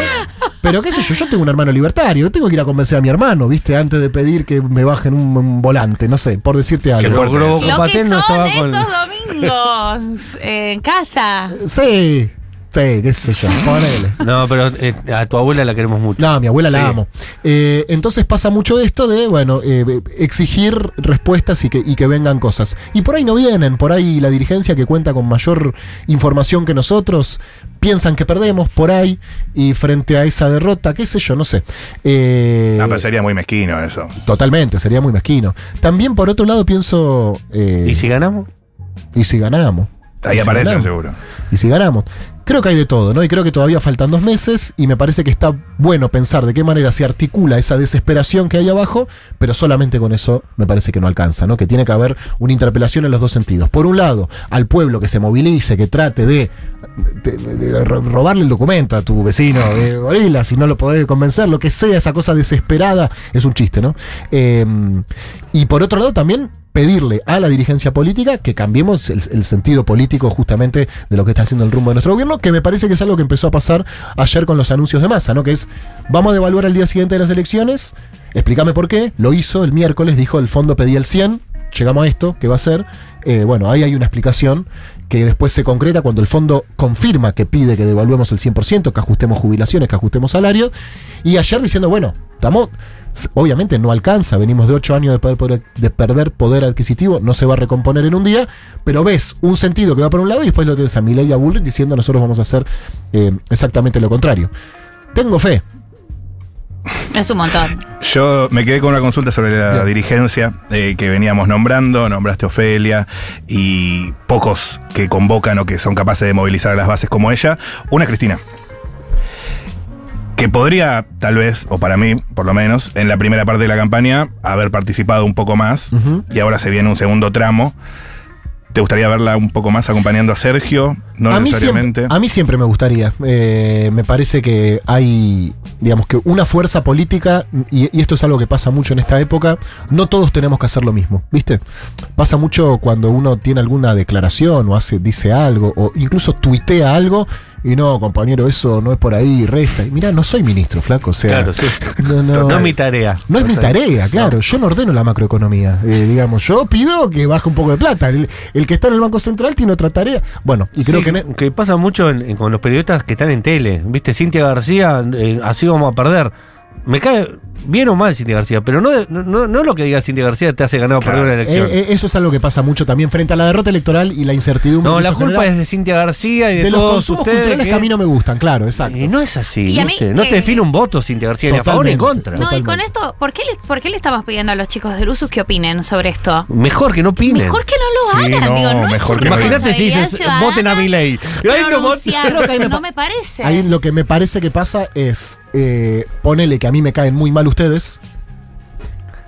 Speaker 3: Pero qué sé yo, yo tengo un hermano libertario. Yo tengo que ir a convencer a mi hermano, ¿viste? Antes de pedir que me bajen un, un volante, no sé, por decirte
Speaker 5: Qué
Speaker 3: algo.
Speaker 5: fuerte
Speaker 2: logró
Speaker 4: Lo
Speaker 5: eso.
Speaker 4: que
Speaker 2: Copatel no
Speaker 4: son
Speaker 2: estaba con-
Speaker 4: esos domingos eh,
Speaker 3: [LAUGHS]
Speaker 4: en casa.
Speaker 3: Sí, sí, qué sé yo, ponele.
Speaker 2: No, pero eh, a tu abuela la queremos mucho.
Speaker 3: No, mi abuela
Speaker 5: Sí.
Speaker 3: la amo. Eh, entonces pasa mucho esto de, bueno, eh, exigir respuestas y que, y que vengan cosas. Y por ahí no vienen, por ahí la dirigencia que cuenta con mayor información que nosotros, piensan que perdemos por ahí y frente a esa derrota, qué sé yo, no sé. Eh,
Speaker 5: Ah, pero sería muy mezquino eso.
Speaker 3: Totalmente, sería muy mezquino. También por otro lado pienso, eh,
Speaker 2: ¿Y si ganamos?
Speaker 3: ¿y si ganamos?
Speaker 5: Ahí
Speaker 3: ¿Y si
Speaker 5: aparecen
Speaker 3: ganamos?
Speaker 5: seguro.
Speaker 3: y si ganamos. Creo que hay de todo, ¿no? Y creo que todavía faltan dos meses y me parece que está bueno pensar de qué manera se articula esa desesperación que hay abajo, pero solamente con eso me parece que no alcanza, ¿no? Que tiene que haber una interpelación en los dos sentidos. Por un lado, al pueblo que se movilice, que trate de, de- de ro- robarle el documento a tu vecino de gorila, si no lo podés convencer, lo que sea, esa cosa desesperada, es un chiste, ¿no? Eh, y por otro lado también pedirle a la dirigencia política que cambiemos el, el sentido político justamente de lo que está haciendo el rumbo de nuestro gobierno, que me parece que es algo que empezó a pasar ayer con los anuncios de masa, ¿no? Que es, vamos a devaluar al día siguiente de las elecciones, explícame por qué, lo hizo el miércoles, dijo el fondo pedía el 100, llegamos a esto, ¿qué va a ser? Eh, bueno, ahí hay una explicación que después se concreta cuando el fondo confirma que pide que devaluemos el 100%, que ajustemos jubilaciones, que ajustemos salarios, y ayer diciendo, bueno, estamos... Obviamente no alcanza, venimos de ocho años de perder, poder, de perder poder adquisitivo, no se va a recomponer en un día, pero ves un sentido que va por un lado y después lo tienes a Milei y a Bullrich diciendo nosotros vamos a hacer eh, exactamente lo contrario. Tengo fe.
Speaker 4: Es un montón.
Speaker 5: Yo me quedé con una consulta sobre la
Speaker 3: Bien.
Speaker 5: dirigencia eh, que veníamos nombrando, nombraste Ofelia y pocos que convocan o que son capaces de movilizar a las bases como ella. Una es Cristina. Que podría, tal vez, o para mí, por lo menos, en la primera parte de la campaña, haber participado un poco más.
Speaker 3: Ujú.
Speaker 5: Y ahora se viene un segundo tramo. ¿Te gustaría verla un poco más acompañando a Sergio? No
Speaker 3: a, mí
Speaker 5: necesariamente.
Speaker 3: siempre, a mí siempre me gustaría. Eh, me parece que hay, digamos que una fuerza política, y, y esto es algo que pasa mucho en esta época, no todos tenemos que hacer lo mismo, ¿viste? Pasa mucho cuando uno tiene alguna declaración o hace, dice algo, o incluso tuitea algo, y no, compañero, eso no es por ahí, resta. Y mirá, no soy ministro, flaco, o sea.
Speaker 2: Claro, sí.
Speaker 3: No, no.
Speaker 2: No es mi tarea.
Speaker 3: No es mi tarea, claro. Yo no ordeno la macroeconomía. eh, digamos, yo pido que baje un poco de plata. El, el que está en el Banco Central tiene otra tarea. Bueno, y creo
Speaker 2: Sí,
Speaker 3: que. e- ne-
Speaker 2: pasa mucho en- en- con los periodistas que están en tele. Viste, Cintia García, eh, así vamos a perder. Me cae bien o mal Cintia García, pero no, de- no, no- no lo que diga Cintia García te hace ganar o perder
Speaker 5: Claro.
Speaker 2: una elección.
Speaker 3: eh, eh, eso es algo que pasa mucho también frente a la derrota electoral y la incertidumbre.
Speaker 2: no,
Speaker 3: que
Speaker 2: la
Speaker 3: eso
Speaker 2: culpa
Speaker 3: genera
Speaker 2: es de Cintia García y de,
Speaker 3: de los
Speaker 2: todos
Speaker 3: consumos
Speaker 2: ustedes. ¿eh?
Speaker 3: culturales que... a mí no me gustan, claro, exacto.
Speaker 2: Y no es así,
Speaker 4: Y a mí,
Speaker 2: ¿viste? No te
Speaker 4: eh,
Speaker 2: define un voto Cintia García, ni a favor ni en
Speaker 3: Totalmente.
Speaker 2: contra.
Speaker 4: No, y con
Speaker 3: Totalmente.
Speaker 4: esto, ¿por qué, le, ¿por qué le estabas pidiendo a los chicos del USUS que opinen sobre esto?
Speaker 2: Mejor que no opinen.
Speaker 4: Mejor que no lo
Speaker 5: Sí,
Speaker 4: hagan,
Speaker 5: no,
Speaker 4: digo, no es
Speaker 5: mejor
Speaker 4: su
Speaker 5: que no.
Speaker 2: Imagínate si
Speaker 4: responsabilidad
Speaker 2: dices,
Speaker 4: ciudadana
Speaker 2: voten a mi ley.
Speaker 4: pronunciarse, no me parece.
Speaker 3: Ahí lo que me parece que pasa es, eh, ponele que a mí me caen muy mal ustedes.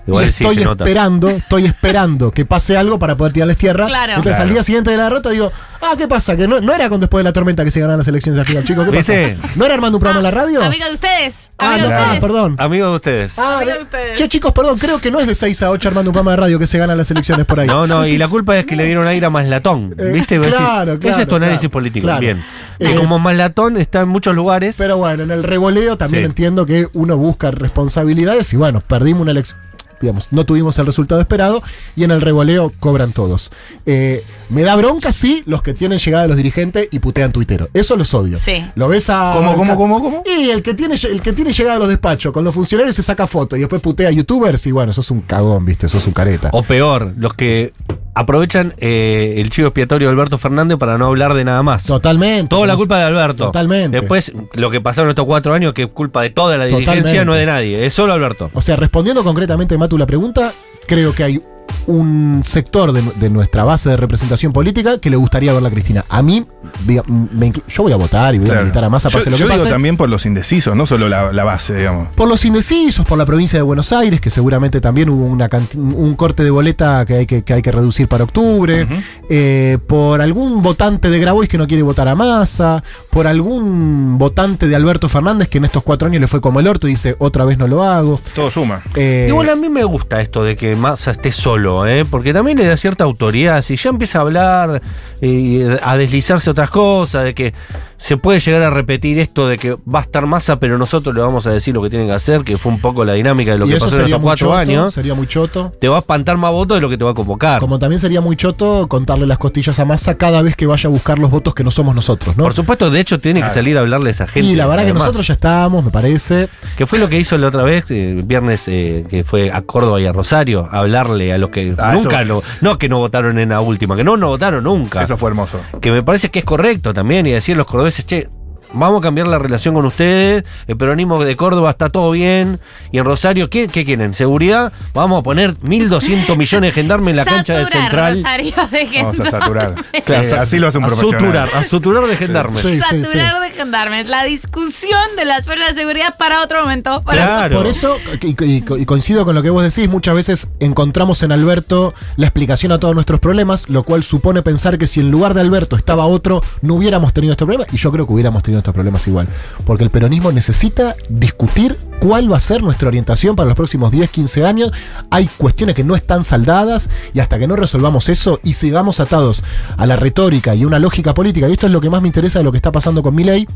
Speaker 2: Igual
Speaker 3: y
Speaker 2: sí,
Speaker 3: estoy
Speaker 2: se nota.
Speaker 3: esperando, estoy esperando que pase algo para poder tirarles tierra.
Speaker 4: Claro.
Speaker 3: Entonces al
Speaker 5: Claro.
Speaker 3: día siguiente de la derrota digo, ah, ¿qué pasa? Que no, no era con después de la tormenta que se ganaron las
Speaker 2: [LAUGHS]
Speaker 3: elecciones aquí, chicos. ¿Qué pasa?
Speaker 2: ¿Viste?
Speaker 3: ¿No era armando un programa en la radio?
Speaker 4: Ah, Amiga de ustedes.
Speaker 3: ah,
Speaker 4: amiga
Speaker 3: no,
Speaker 4: de
Speaker 5: claro,
Speaker 3: ah,
Speaker 4: ustedes.
Speaker 3: perdón.
Speaker 2: Amigos de ustedes.
Speaker 3: Ah,
Speaker 4: Amiga de
Speaker 3: de-
Speaker 4: ustedes.
Speaker 3: che, chicos, perdón, creo que no es de 6 a 8 armando un programa de radio que se ganan las elecciones por ahí.
Speaker 2: No, no, y la culpa es que le dieron aire a Maslatón.
Speaker 3: Eh,
Speaker 2: ¿Viste? Vos decís,
Speaker 3: claro,
Speaker 2: Ese es tu
Speaker 3: claro,
Speaker 2: análisis
Speaker 3: claro,
Speaker 2: político.
Speaker 3: claro.
Speaker 2: Bien.
Speaker 3: Eh,
Speaker 2: Y como Maslatón está en muchos lugares.
Speaker 3: Pero bueno, en el revoleo también
Speaker 2: Sí.
Speaker 3: entiendo que uno busca responsabilidades y bueno, perdimos una elección. Digamos, no tuvimos el resultado esperado y en el revoleo cobran todos. Eh, me da bronca, sí, los que tienen llegada de los dirigentes y putean tuitero. Eso los odio.
Speaker 4: Sí.
Speaker 3: Lo ves a.
Speaker 5: ¿Cómo, cómo, cómo, cómo?
Speaker 3: Y el que tiene el que tiene llegada a los despachos con los funcionarios se saca foto y después putea a youtubers y bueno, sos un cagón, viste, sos un careta.
Speaker 2: o peor, los que aprovechan eh, el chivo expiatorio de Alberto Fernández para no hablar de nada más.
Speaker 3: Totalmente.
Speaker 2: Toda la culpa de Alberto.
Speaker 3: Totalmente.
Speaker 2: Después, lo que pasaron estos cuatro años, que es culpa de toda la dirigencia,
Speaker 3: Totalmente.
Speaker 2: no es de nadie, es solo Alberto.
Speaker 3: O sea, respondiendo concretamente, Matu, la pregunta, creo que hay un sector de, de nuestra base de representación política que le gustaría verla a Cristina. A mí, diga- me inclu- yo voy a votar y voy a
Speaker 5: Claro.
Speaker 3: militar a Massa,
Speaker 5: Yo-
Speaker 3: pase
Speaker 5: yo,
Speaker 3: lo que
Speaker 5: digo
Speaker 3: pase.
Speaker 5: también por los indecisos, no solo la, la base, digamos.
Speaker 3: Por los indecisos, por la provincia de Buenos Aires, que seguramente también hubo una canti- un corte de boleta que hay que, que hay que reducir para octubre, eh, por algún votante de Grabois que no quiere votar a Massa, por algún votante de Alberto Fernández que en estos cuatro años le fue como el orto y dice, otra vez no lo hago.
Speaker 5: Todo suma.
Speaker 3: Eh,
Speaker 2: Igual a mí me gusta esto de que Massa esté solo, ¿eh? porque también le da cierta autoridad. Si ya empieza a hablar, eh, a deslizarse otras cosas, de que se puede llegar a repetir esto de que va a estar Massa, pero nosotros le vamos a decir lo que tienen que hacer, que fue un poco la dinámica de lo
Speaker 3: y
Speaker 2: que
Speaker 3: eso
Speaker 2: pasó en
Speaker 3: sería
Speaker 2: estos
Speaker 3: muy
Speaker 2: cuatro
Speaker 3: choto,
Speaker 2: años.
Speaker 3: Sería muy choto.
Speaker 2: Te va a espantar más votos de lo que te va a convocar.
Speaker 3: Como también sería muy choto contarle las costillas a Massa cada vez que vaya a buscar los votos que no somos nosotros, ¿no?
Speaker 2: Por supuesto, de hecho, tiene que
Speaker 5: Claro.
Speaker 2: salir a hablarle a esa gente.
Speaker 3: y la verdad que
Speaker 2: además.
Speaker 3: nosotros ya estábamos, me parece.
Speaker 2: Que fue lo que hizo la otra vez, eh, viernes, eh, que fue a Córdoba y a Rosario, hablarle a los que
Speaker 5: Ah,
Speaker 2: nunca,
Speaker 5: eso-
Speaker 2: no, no que no votaron en la última, que no, no votaron nunca.
Speaker 5: Eso fue hermoso.
Speaker 2: que me parece que es correcto también, y decir a los cordobeses, che, vamos a cambiar la relación con ustedes, el peronismo de Córdoba está todo bien, y en Rosario, ¿qué, qué quieren? ¿Seguridad? Vamos a poner 1.200 millones de gendarmes en la cancha de
Speaker 4: Saturar,
Speaker 2: Central.
Speaker 4: Rosario, de
Speaker 5: Vamos
Speaker 4: gendarmes.
Speaker 5: a
Speaker 4: [LAUGHS]
Speaker 5: saturar.
Speaker 2: Claro,
Speaker 5: Eh, así lo hace un
Speaker 2: a
Speaker 5: profesional.
Speaker 2: Suturar, a suturar de gendarmes.
Speaker 3: Sí, sí,
Speaker 4: Saturar de gendarmes. La discusión de las fuerzas de seguridad para otro momento. Para
Speaker 2: Claro.
Speaker 3: Por eso, y, y- y coincido con lo que vos decís, muchas veces encontramos en Alberto la explicación a todos nuestros problemas, lo cual supone pensar que si en lugar de Alberto estaba otro, no hubiéramos tenido estos problemas, y yo creo que hubiéramos tenido estos problemas igual. Porque el peronismo necesita discutir cuál va a ser nuestra orientación para los próximos 10, 15 años. Hay cuestiones que no están saldadas, y hasta que no resolvamos eso y sigamos atados a la retórica y una lógica política, y esto es lo que más me interesa de lo que está pasando con mi ley,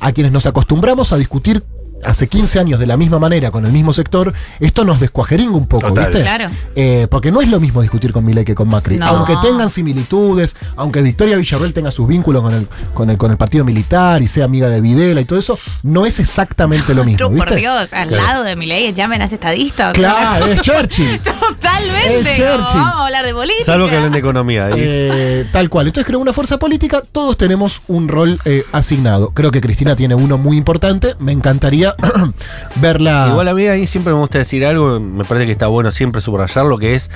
Speaker 3: a quienes nos acostumbramos a discutir hace 15 años de la misma manera con el mismo sector, esto nos descuajeringa un poco,
Speaker 5: Total.
Speaker 3: ¿viste?
Speaker 4: Claro.
Speaker 3: Eh, porque no es lo mismo discutir con Milei que con Macri.
Speaker 4: No.
Speaker 3: Aunque tengan similitudes, aunque Victoria Villarreal tenga sus vínculos con el, con el, con el partido militar y sea amiga de Videla y todo eso, no es exactamente
Speaker 4: [LAUGHS]
Speaker 3: lo mismo,
Speaker 4: Tú,
Speaker 3: ¿viste?
Speaker 4: por Dios, al lado de mi ley, ya amenaza estadista. o sea,
Speaker 3: Claro,
Speaker 4: [LAUGHS] una
Speaker 3: es
Speaker 4: cosa-
Speaker 3: Churchill.
Speaker 4: Totalmente.
Speaker 3: Es
Speaker 4: como
Speaker 3: Churchill.
Speaker 4: Vamos a hablar de política.
Speaker 2: Salvo que hablen de economía. y-
Speaker 3: Eh, tal cual. Entonces creo una fuerza política, todos tenemos un rol eh, asignado. Creo que Cristina tiene uno muy importante. Me encantaría [CLEARS THROAT] verla.
Speaker 2: Igual a mí ahí siempre me gusta decir algo, me parece que está bueno siempre subrayar lo que es.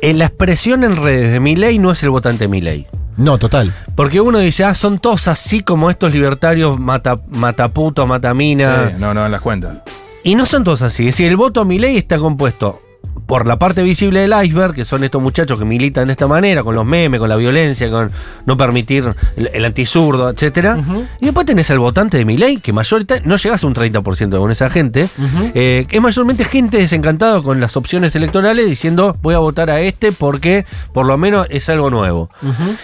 Speaker 2: En la expresión en redes de mi ley no es el votante mi ley.
Speaker 3: No, total.
Speaker 2: Porque uno dice, ah, son todos así como estos libertarios mata, mataputos, matamina.
Speaker 5: Sí, no, no, en las cuentas.
Speaker 2: Y no son todos así. Es decir, el voto a mi ley está compuesto por la parte visible del iceberg, que son estos muchachos que militan de esta manera, con los memes, con la violencia, con no permitir el, el antisurdo, etcétera. Y después tenés al votante de Milei, que mayormente no llegás a un 30% con esa gente, eh, que es mayormente gente desencantada con las opciones electorales diciendo voy a votar a este porque por lo menos es algo nuevo.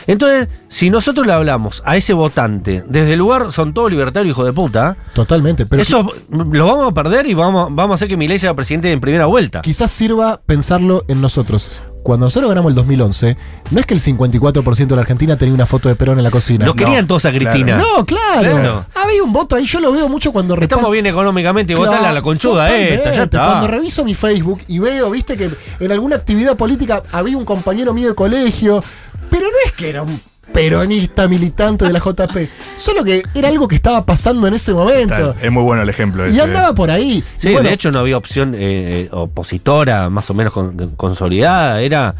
Speaker 2: Entonces, si nosotros le hablamos a ese votante, desde el lugar son todos libertarios, hijo de puta,
Speaker 3: Totalmente, pero
Speaker 2: eso lo vamos a perder y vamos, vamos a hacer que Milei sea presidente en primera vuelta.
Speaker 3: quizás sirva pensarlo en nosotros. Cuando nosotros ganamos el 2011, no es que el 54% de la Argentina tenía una foto de Perón en la cocina.
Speaker 2: Lo querían todos a Cristina.
Speaker 3: No, claro.
Speaker 2: Claro.
Speaker 3: Había un voto ahí, yo lo veo mucho cuando
Speaker 2: Estamos
Speaker 3: repaso-
Speaker 2: bien económicamente,
Speaker 3: Claro,
Speaker 2: votala a la conchuda
Speaker 3: totalmente.
Speaker 2: esta, ya
Speaker 3: Cuando
Speaker 2: está.
Speaker 3: reviso mi Facebook y veo, viste, que en alguna actividad política había un compañero mío de colegio, pero no es que era un peronista militante de la JP, solo que era algo que estaba pasando en ese momento.
Speaker 5: Tal. Es muy bueno el ejemplo.
Speaker 3: Y
Speaker 5: ese.
Speaker 3: andaba por ahí. Y
Speaker 2: eh, Sí,
Speaker 3: bueno,
Speaker 2: de hecho no había opción eh, opositora, más o menos con- consolidada, era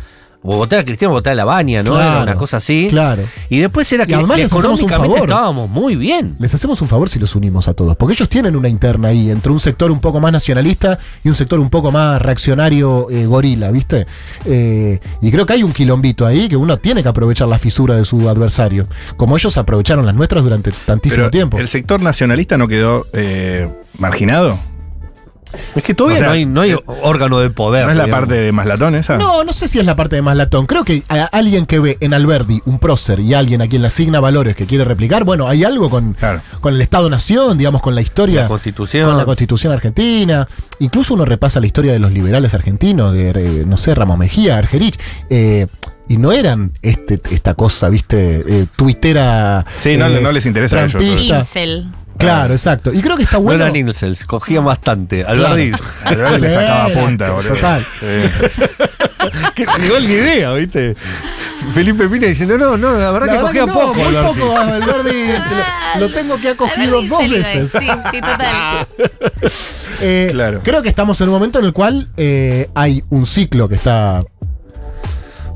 Speaker 2: o votar a Cristiano o votar a la Baña, ¿no?
Speaker 3: Claro,
Speaker 2: era una cosa así.
Speaker 3: claro.
Speaker 2: Y después era
Speaker 3: Y
Speaker 2: que
Speaker 3: además les hacemos un
Speaker 2: económicamente
Speaker 3: favor.
Speaker 2: estábamos muy bien.
Speaker 3: les hacemos un favor si los unimos a todos, porque ellos tienen una interna ahí entre un sector un poco más nacionalista y un sector un poco más reaccionario eh, gorila, ¿viste? Eh, y creo que hay un quilombito ahí que uno tiene que aprovechar la fisura de su adversario, como ellos aprovecharon las nuestras durante tantísimo
Speaker 5: Pero
Speaker 3: tiempo.
Speaker 5: el sector nacionalista no quedó eh, marginado.
Speaker 2: Es que todavía
Speaker 5: O sea,
Speaker 2: no hay, no hay
Speaker 5: eh,
Speaker 2: órgano de poder.
Speaker 5: ¿No es la
Speaker 2: digamos.
Speaker 5: parte de Maslatón esa?
Speaker 3: No, no sé si es la parte de más latón. Creo que a- alguien que ve en Alberdi un prócer y alguien a quien le asigna valores que quiere replicar, bueno, hay algo con,
Speaker 5: Claro.
Speaker 3: con el Estado-Nación, digamos, con la historia.
Speaker 2: La Constitución.
Speaker 4: Ah.
Speaker 3: Con la Constitución argentina. Incluso uno repasa la historia de los liberales argentinos, de, eh, no sé, Ramos Mejía, Argerich. eh, y no eran este, esta cosa, viste, eh, tuitera.
Speaker 5: Sí, no-
Speaker 3: eh,
Speaker 5: no les interesa a ellos todo eso.
Speaker 3: trampista.
Speaker 4: Incel.
Speaker 3: Claro, exacto. Y creo que está
Speaker 2: No
Speaker 3: bueno.
Speaker 2: eran incels, cogían bastante.
Speaker 3: Claro.
Speaker 2: Alberdi. [LAUGHS]
Speaker 5: Al verdad le
Speaker 3: Sí,
Speaker 5: sacaba punta, boludo.
Speaker 3: total.
Speaker 5: Eh,
Speaker 2: Que llegó la idea, ¿viste? Felipe Pina diciendo, no, no, la verdad
Speaker 3: La
Speaker 2: que
Speaker 3: verdad
Speaker 2: cogía
Speaker 3: que no,
Speaker 2: poco.
Speaker 3: muy
Speaker 2: Alberdi.
Speaker 3: poco a Alberdi.
Speaker 4: Ah,
Speaker 3: lo, lo tengo que ha cogido
Speaker 4: Alberti
Speaker 3: dos
Speaker 4: Incel iba a
Speaker 3: veces.
Speaker 4: decir, Sí, sí,
Speaker 2: Ah,
Speaker 4: total.
Speaker 3: Eh,
Speaker 5: Claro.
Speaker 3: Creo que estamos en un momento en el cual eh, hay un ciclo que está.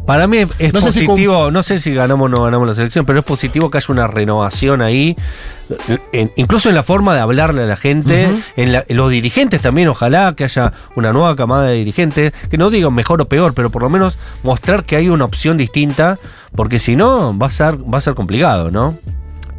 Speaker 2: Para mí es
Speaker 3: No sé si
Speaker 2: positivo, no sé si ganamos o no ganamos la selección, pero es positivo que haya una renovación ahí, en- incluso en la forma de hablarle a la gente, en, la- en los dirigentes también, ojalá que haya una nueva camada de dirigentes, que no digan mejor o peor, pero por lo menos mostrar que hay una opción distinta, porque si no va a ser, va a ser complicado, ¿no?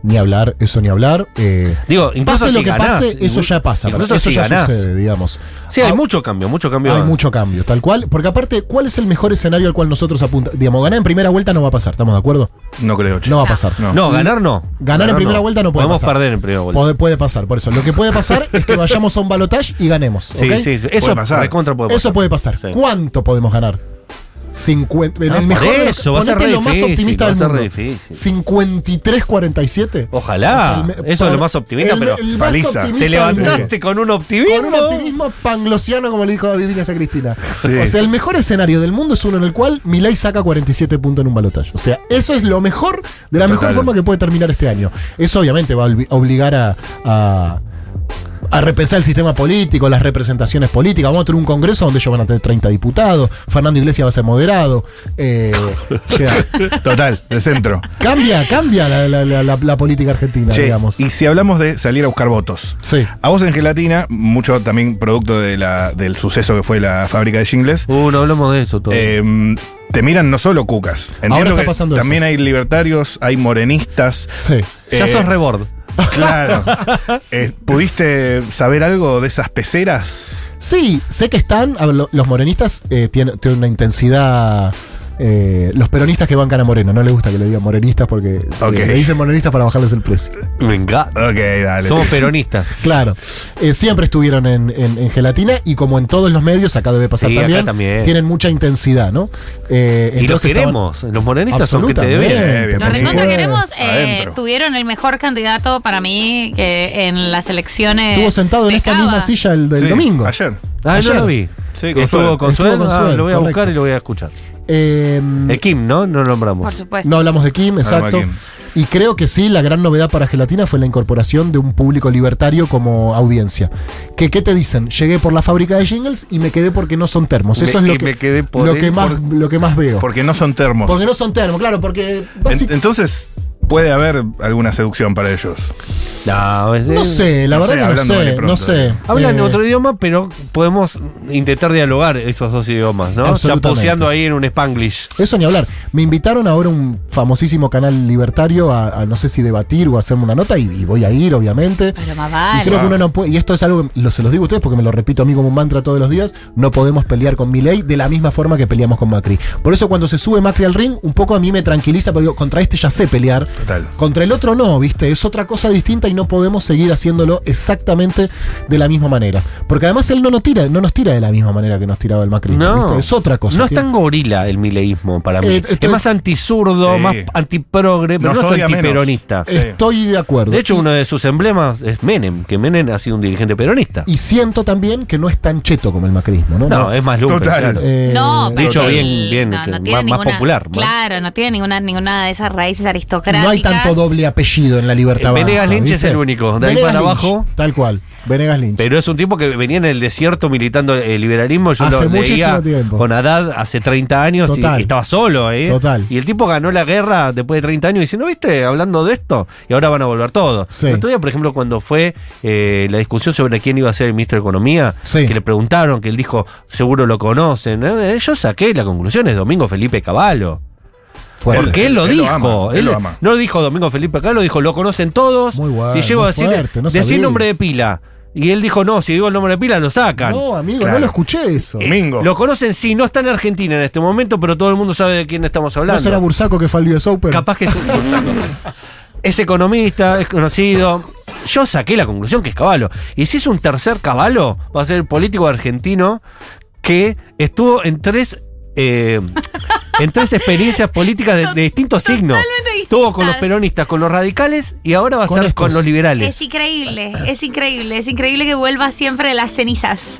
Speaker 3: Ni hablar, eso ni hablar. eh,
Speaker 2: Digo, incluso
Speaker 3: pase
Speaker 2: si
Speaker 3: lo que
Speaker 2: ganás,
Speaker 3: pase, eso ya pasa.
Speaker 2: incluso
Speaker 3: eso
Speaker 2: si
Speaker 3: ya
Speaker 2: ganás.
Speaker 3: sucede, digamos.
Speaker 2: Sí, hay
Speaker 3: Ah,
Speaker 2: mucho cambio, mucho cambio.
Speaker 3: Hay mucho cambio, tal cual. Porque aparte, ¿cuál es el mejor escenario al cual nosotros apuntamos? Digamos, ganar en primera vuelta no va a pasar, ¿estamos de acuerdo?
Speaker 5: no creo, che.
Speaker 3: No va a pasar.
Speaker 5: No.
Speaker 2: No, Mm. ganar no.
Speaker 3: Ganar en primera vuelta no puede
Speaker 2: Podemos
Speaker 3: pasar.
Speaker 2: perder en primera vuelta.
Speaker 3: Puede, puede pasar, por eso. Lo que puede pasar es que vayamos a un balotaje y ganemos.
Speaker 2: Sí,
Speaker 3: ¿ok?
Speaker 2: sí, sí, eso
Speaker 5: Puede pasar.
Speaker 2: recontra puede pasar.
Speaker 3: Eso puede pasar.
Speaker 2: Sí.
Speaker 3: ¿Cuánto podemos ganar? 50, en
Speaker 2: Ah,
Speaker 3: el
Speaker 2: por
Speaker 3: mejor de los-
Speaker 2: eso, va a ser
Speaker 3: ponete
Speaker 2: re
Speaker 3: lo más
Speaker 2: difícil,
Speaker 3: optimista
Speaker 2: va a
Speaker 3: del
Speaker 2: ser
Speaker 3: mundo.
Speaker 2: re difícil.
Speaker 3: 53-47.
Speaker 2: Ojalá. Eso es lo más optimista, pero
Speaker 5: paliza. Te
Speaker 2: Te levantaste
Speaker 3: levantaste
Speaker 2: con un
Speaker 3: con
Speaker 2: optimismo.
Speaker 3: un optimismo panglosiano como le dijo David Viñas a Cristina.
Speaker 5: Sí.
Speaker 3: O sea, el mejor escenario del mundo es uno en el cual Milei saca 47 puntos en un balotaje. O sea, eso es lo mejor, de la mejor
Speaker 5: Total.
Speaker 3: forma que puede terminar este año. Eso obviamente va a obli- obligar a, a, a repensar el sistema político, las representaciones políticas. Vamos a tener un congreso donde ellos van a tener 30 diputados, Fernando Iglesias va a ser moderado. Eh, o
Speaker 5: [LAUGHS]
Speaker 3: sea,
Speaker 5: Total, de centro.
Speaker 3: cambia, cambia la, la- la- la- la política argentina,
Speaker 5: Che,
Speaker 3: digamos.
Speaker 5: y si hablamos de salir a buscar votos.
Speaker 3: Sí.
Speaker 5: A vos en Gelatina, mucho también producto de la, del suceso que fue la fábrica de jingles,
Speaker 2: Uh, no hablamos de eso todavía.
Speaker 5: eh, te miran no solo cucas.
Speaker 3: Ahora está
Speaker 5: que
Speaker 3: pasando eso.
Speaker 5: también hay libertarios,
Speaker 3: [LAUGHS]
Speaker 5: hay morenistas.
Speaker 3: Sí.
Speaker 2: ya
Speaker 5: eh,
Speaker 2: sos rebord.
Speaker 5: Claro. Eh, ¿Pudiste saber algo de esas peceras?
Speaker 3: Sí, sé que están. a ver, lo- los morenistas eh, tienen, tienen una intensidad. eh, los peronistas que bancan a Moreno, no les gusta que le digan morenistas porque eh,
Speaker 5: Ok.
Speaker 3: le dicen morenistas para bajarles el precio.
Speaker 2: Me encanta.
Speaker 5: Ok,
Speaker 2: [LAUGHS]
Speaker 5: dale.
Speaker 2: Somos peronistas.
Speaker 3: Claro, Eh, siempre estuvieron en, en- en gelatina y como en todos los medios, acá debe pasar
Speaker 2: Sí, acá
Speaker 3: también,
Speaker 2: también.
Speaker 3: tienen mucha intensidad, ¿no? Eh,
Speaker 2: Y los
Speaker 3: entonces estaban-
Speaker 2: queremos. Los morenistas son que te
Speaker 3: Absolutamente.
Speaker 2: deben.
Speaker 5: Eh, bien,
Speaker 4: Los
Speaker 5: por
Speaker 4: recontra
Speaker 5: supuesto.
Speaker 4: queremos eh,
Speaker 5: Adentro.
Speaker 4: tuvieron el mejor candidato para mí que en las elecciones.
Speaker 3: Estuvo sentado en
Speaker 4: de
Speaker 3: esta
Speaker 4: Cava.
Speaker 3: misma silla el del
Speaker 5: Sí,
Speaker 3: domingo.
Speaker 5: Ayer.
Speaker 2: Ah, yo
Speaker 3: Ayer.
Speaker 2: lo vi.
Speaker 5: Sí, con
Speaker 2: Estuvo
Speaker 5: Sued.
Speaker 2: con
Speaker 3: Estuvo
Speaker 2: Sued.
Speaker 3: con
Speaker 2: Ah,
Speaker 3: Sued,
Speaker 2: lo voy a
Speaker 3: correcto.
Speaker 2: buscar y lo voy a escuchar.
Speaker 3: Eh,
Speaker 2: El Kim, ¿no? No lo nombramos.
Speaker 4: Por supuesto.
Speaker 3: No hablamos de Kim,
Speaker 5: hablamos
Speaker 3: exacto.
Speaker 5: de Kim.
Speaker 3: Y creo que sí, la gran novedad para Gelatina fue la incorporación de un público libertario como audiencia. Que, ¿Qué te dicen? Llegué por la fábrica de jingles y me quedé porque no son termos.
Speaker 2: Me-
Speaker 3: Eso es
Speaker 2: y
Speaker 3: lo que,
Speaker 2: me quedé por
Speaker 3: lo
Speaker 2: el-
Speaker 3: que más, lo que más veo.
Speaker 5: Porque no son termos.
Speaker 3: porque no son termos, claro, porque...
Speaker 5: En-
Speaker 3: basi-
Speaker 5: entonces, puede haber alguna seducción para ellos.
Speaker 2: No, es de-
Speaker 3: No sé, la
Speaker 5: No
Speaker 3: verdad
Speaker 5: sé,
Speaker 3: que no
Speaker 5: hablando de
Speaker 3: sé,
Speaker 5: pronto.
Speaker 3: no sé.
Speaker 2: Hablan
Speaker 3: Eh,
Speaker 2: otro idioma, pero podemos intentar dialogar esos dos idiomas, ¿no?
Speaker 3: Absolutamente.
Speaker 2: Chaposeando ahí en un spanglish.
Speaker 3: Eso ni hablar. Me invitaron ahora a un famosísimo canal libertario a, a no sé si debatir o hacerme una nota y, y voy a ir, obviamente.
Speaker 4: Pero más
Speaker 2: Ah,
Speaker 3: Y creo
Speaker 4: vale.
Speaker 3: que uno no puede, y esto es algo que lo- se los digo a ustedes porque me lo repito a mí como un mantra todos los días, no podemos pelear con Milei de la misma forma que peleamos con Macri. Por eso cuando se sube Macri al ring, un poco a mí me tranquiliza, porque digo, contra este ya sé pelear,
Speaker 5: Total.
Speaker 3: contra el otro no, ¿viste? Es otra cosa distinta y no podemos seguir haciéndolo exactamente de la misma manera. Porque además él no nos tira, no nos tira de la misma manera que nos tiraba el Macri.
Speaker 2: No.
Speaker 3: ¿viste? Es otra cosa.
Speaker 2: No es
Speaker 3: tiene-
Speaker 2: tan gorila el mileísmo para mí.
Speaker 3: Eh, esto
Speaker 2: es
Speaker 3: es-
Speaker 2: más antisurdo,
Speaker 5: Sí.
Speaker 2: más antiprogre, pero
Speaker 5: Nos
Speaker 2: no es
Speaker 5: odia menos.
Speaker 2: antiperonista.
Speaker 5: Eh,
Speaker 3: Estoy de acuerdo.
Speaker 2: De hecho, uno de sus emblemas es Menem, que Menem ha sido un dirigente peronista.
Speaker 3: y siento también que no es tan cheto como el macrismo, ¿no?
Speaker 2: No, es más lumpen,
Speaker 5: Total.
Speaker 2: claro.
Speaker 3: Eh,
Speaker 4: No, pero
Speaker 2: Dicho
Speaker 4: él-
Speaker 2: bien- bien,
Speaker 4: no,
Speaker 2: que
Speaker 4: no tiene
Speaker 2: más- más
Speaker 4: ninguna-
Speaker 2: popular, más-
Speaker 4: Claro, no tiene ninguna, ninguna de esas raíces aristocráticas.
Speaker 3: No hay tanto doble apellido en la libertad.
Speaker 2: Eh, Venegas
Speaker 3: Avanza,
Speaker 2: Lynch es
Speaker 3: ¿viste?
Speaker 2: el único, de ahí
Speaker 3: Venegas
Speaker 2: para
Speaker 3: Lynch,
Speaker 2: abajo.
Speaker 3: Tal cual. Venegas Lynch.
Speaker 2: Pero es un tipo que venía en el desierto militando el liberalismo. Yo
Speaker 3: Hace
Speaker 2: lo leía
Speaker 3: muchísimo tiempo.
Speaker 2: con Haddad hace 30 años y-
Speaker 3: Total.
Speaker 2: y estaba solo. ¿eh?
Speaker 3: Total.
Speaker 2: Y el tipo ganó la guerra después de 30 años diciendo, ¿viste? Hablando de esto. Y ahora van a volver todos.
Speaker 3: Sí.
Speaker 2: El otro día, por ejemplo, cuando fue eh, la discusión sobre quién iba a ser el ministro de Economía,
Speaker 3: Sí.
Speaker 2: que le preguntaron, que él dijo, seguro lo conocen. ¿eh? Yo saqué la conclusión, es Domingo Felipe Caballo.
Speaker 3: Fuerte.
Speaker 2: Porque él lo
Speaker 5: Él lo
Speaker 2: dijo.
Speaker 5: ama,
Speaker 2: él
Speaker 5: él lo ama.
Speaker 2: No dijo Domingo Felipe acá, lo dijo, lo conocen todos.
Speaker 3: Muy bueno,
Speaker 2: si llego
Speaker 3: muy
Speaker 2: a decir,
Speaker 3: fuerte, no
Speaker 2: decí
Speaker 3: sabía.
Speaker 2: nombre de pila. Y él dijo, no, si digo el nombre de pila, lo sacan.
Speaker 3: No, amigo,
Speaker 5: Claro.
Speaker 3: no lo escuché eso.
Speaker 5: Domingo.
Speaker 2: Lo conocen, sí, no está en Argentina en este momento, pero todo el mundo sabe de quién estamos
Speaker 3: No
Speaker 2: hablando.
Speaker 3: será Bursaco que fue al US Open.
Speaker 2: Capaz que es un Es economista, es conocido. Yo saqué la conclusión que es Caballo. Y si es un tercer Caballo, va a ser el político argentino que estuvo en tres. eh, en tres experiencias políticas de, de distintos signos.
Speaker 4: totalmente
Speaker 2: Estuvo con los
Speaker 4: distintas.
Speaker 2: peronistas, con los radicales y ahora va a
Speaker 3: Con
Speaker 2: estar
Speaker 3: estos.
Speaker 2: con los liberales.
Speaker 4: Es increíble, es increíble, es increíble que vuelva siempre de las cenizas.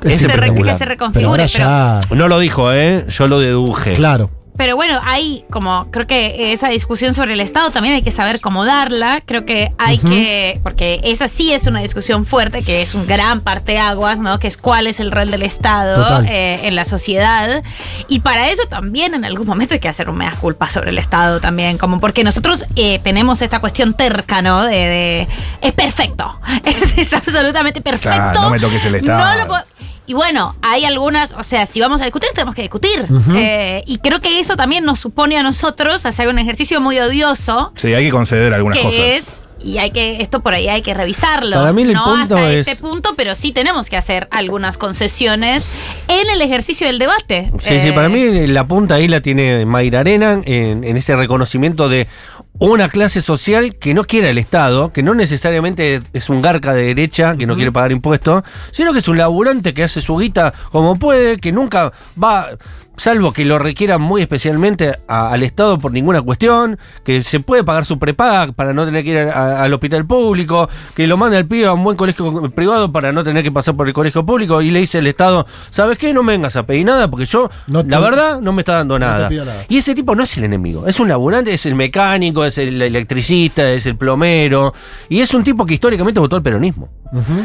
Speaker 2: Es
Speaker 4: que, se re-
Speaker 2: espectacular.
Speaker 4: que se
Speaker 3: pero ahora
Speaker 4: reconfigure. Pero,
Speaker 3: ya.
Speaker 2: No lo dijo, ¿eh? Yo lo deduje.
Speaker 3: Claro.
Speaker 4: pero bueno, hay como, creo que esa discusión sobre el Estado también hay que saber cómo darla. Creo que hay que, porque esa sí es una discusión fuerte, que es un gran parteaguas, ¿no? Que es cuál es el rol del Estado
Speaker 3: Total.
Speaker 4: eh, en la sociedad. Y para eso también en algún momento hay que hacer un mea culpa sobre el Estado también, como porque nosotros eh, tenemos esta cuestión terca, ¿no? De, de- es perfecto, [LAUGHS] es, es absolutamente perfecto.
Speaker 5: Claro, no me toques el Estado.
Speaker 4: No lo puedo- y bueno, hay algunas, o sea, si vamos a discutir, tenemos que discutir. Eh, y creo que eso también nos supone a nosotros hacer un ejercicio muy odioso,
Speaker 5: Sí, hay que conceder algunas
Speaker 4: que
Speaker 5: cosas.
Speaker 4: es, y hay que, esto por ahí hay que revisarlo.
Speaker 2: Para mí el
Speaker 4: no
Speaker 2: punto
Speaker 4: hasta
Speaker 2: es-
Speaker 4: este punto, pero sí tenemos que hacer algunas concesiones en el ejercicio del debate.
Speaker 2: Sí, sí,
Speaker 4: Eh,
Speaker 2: para mí la punta ahí la tiene Mayra Arena en, en ese reconocimiento de una clase social que no quiere el Estado, que no necesariamente es un garca de derecha que no quiere pagar impuestos, sino que es un laburante que hace su guita como puede, que nunca va, salvo que lo requiera muy especialmente a- al Estado por ninguna cuestión, que se puede pagar su prepaga para no tener que ir a- a- al hospital público, que lo manda el pibe a un buen colegio privado para no tener que pasar por el colegio público y le dice el Estado, ¿sabes qué? No me vengas a pedir nada porque yo,
Speaker 3: No te-
Speaker 2: la verdad, no me está dando nada.
Speaker 3: pido nada.
Speaker 2: Y ese tipo no es el enemigo, es un laburante, es el mecánico, es el electricista, es el plomero, y es un tipo que históricamente votó al peronismo.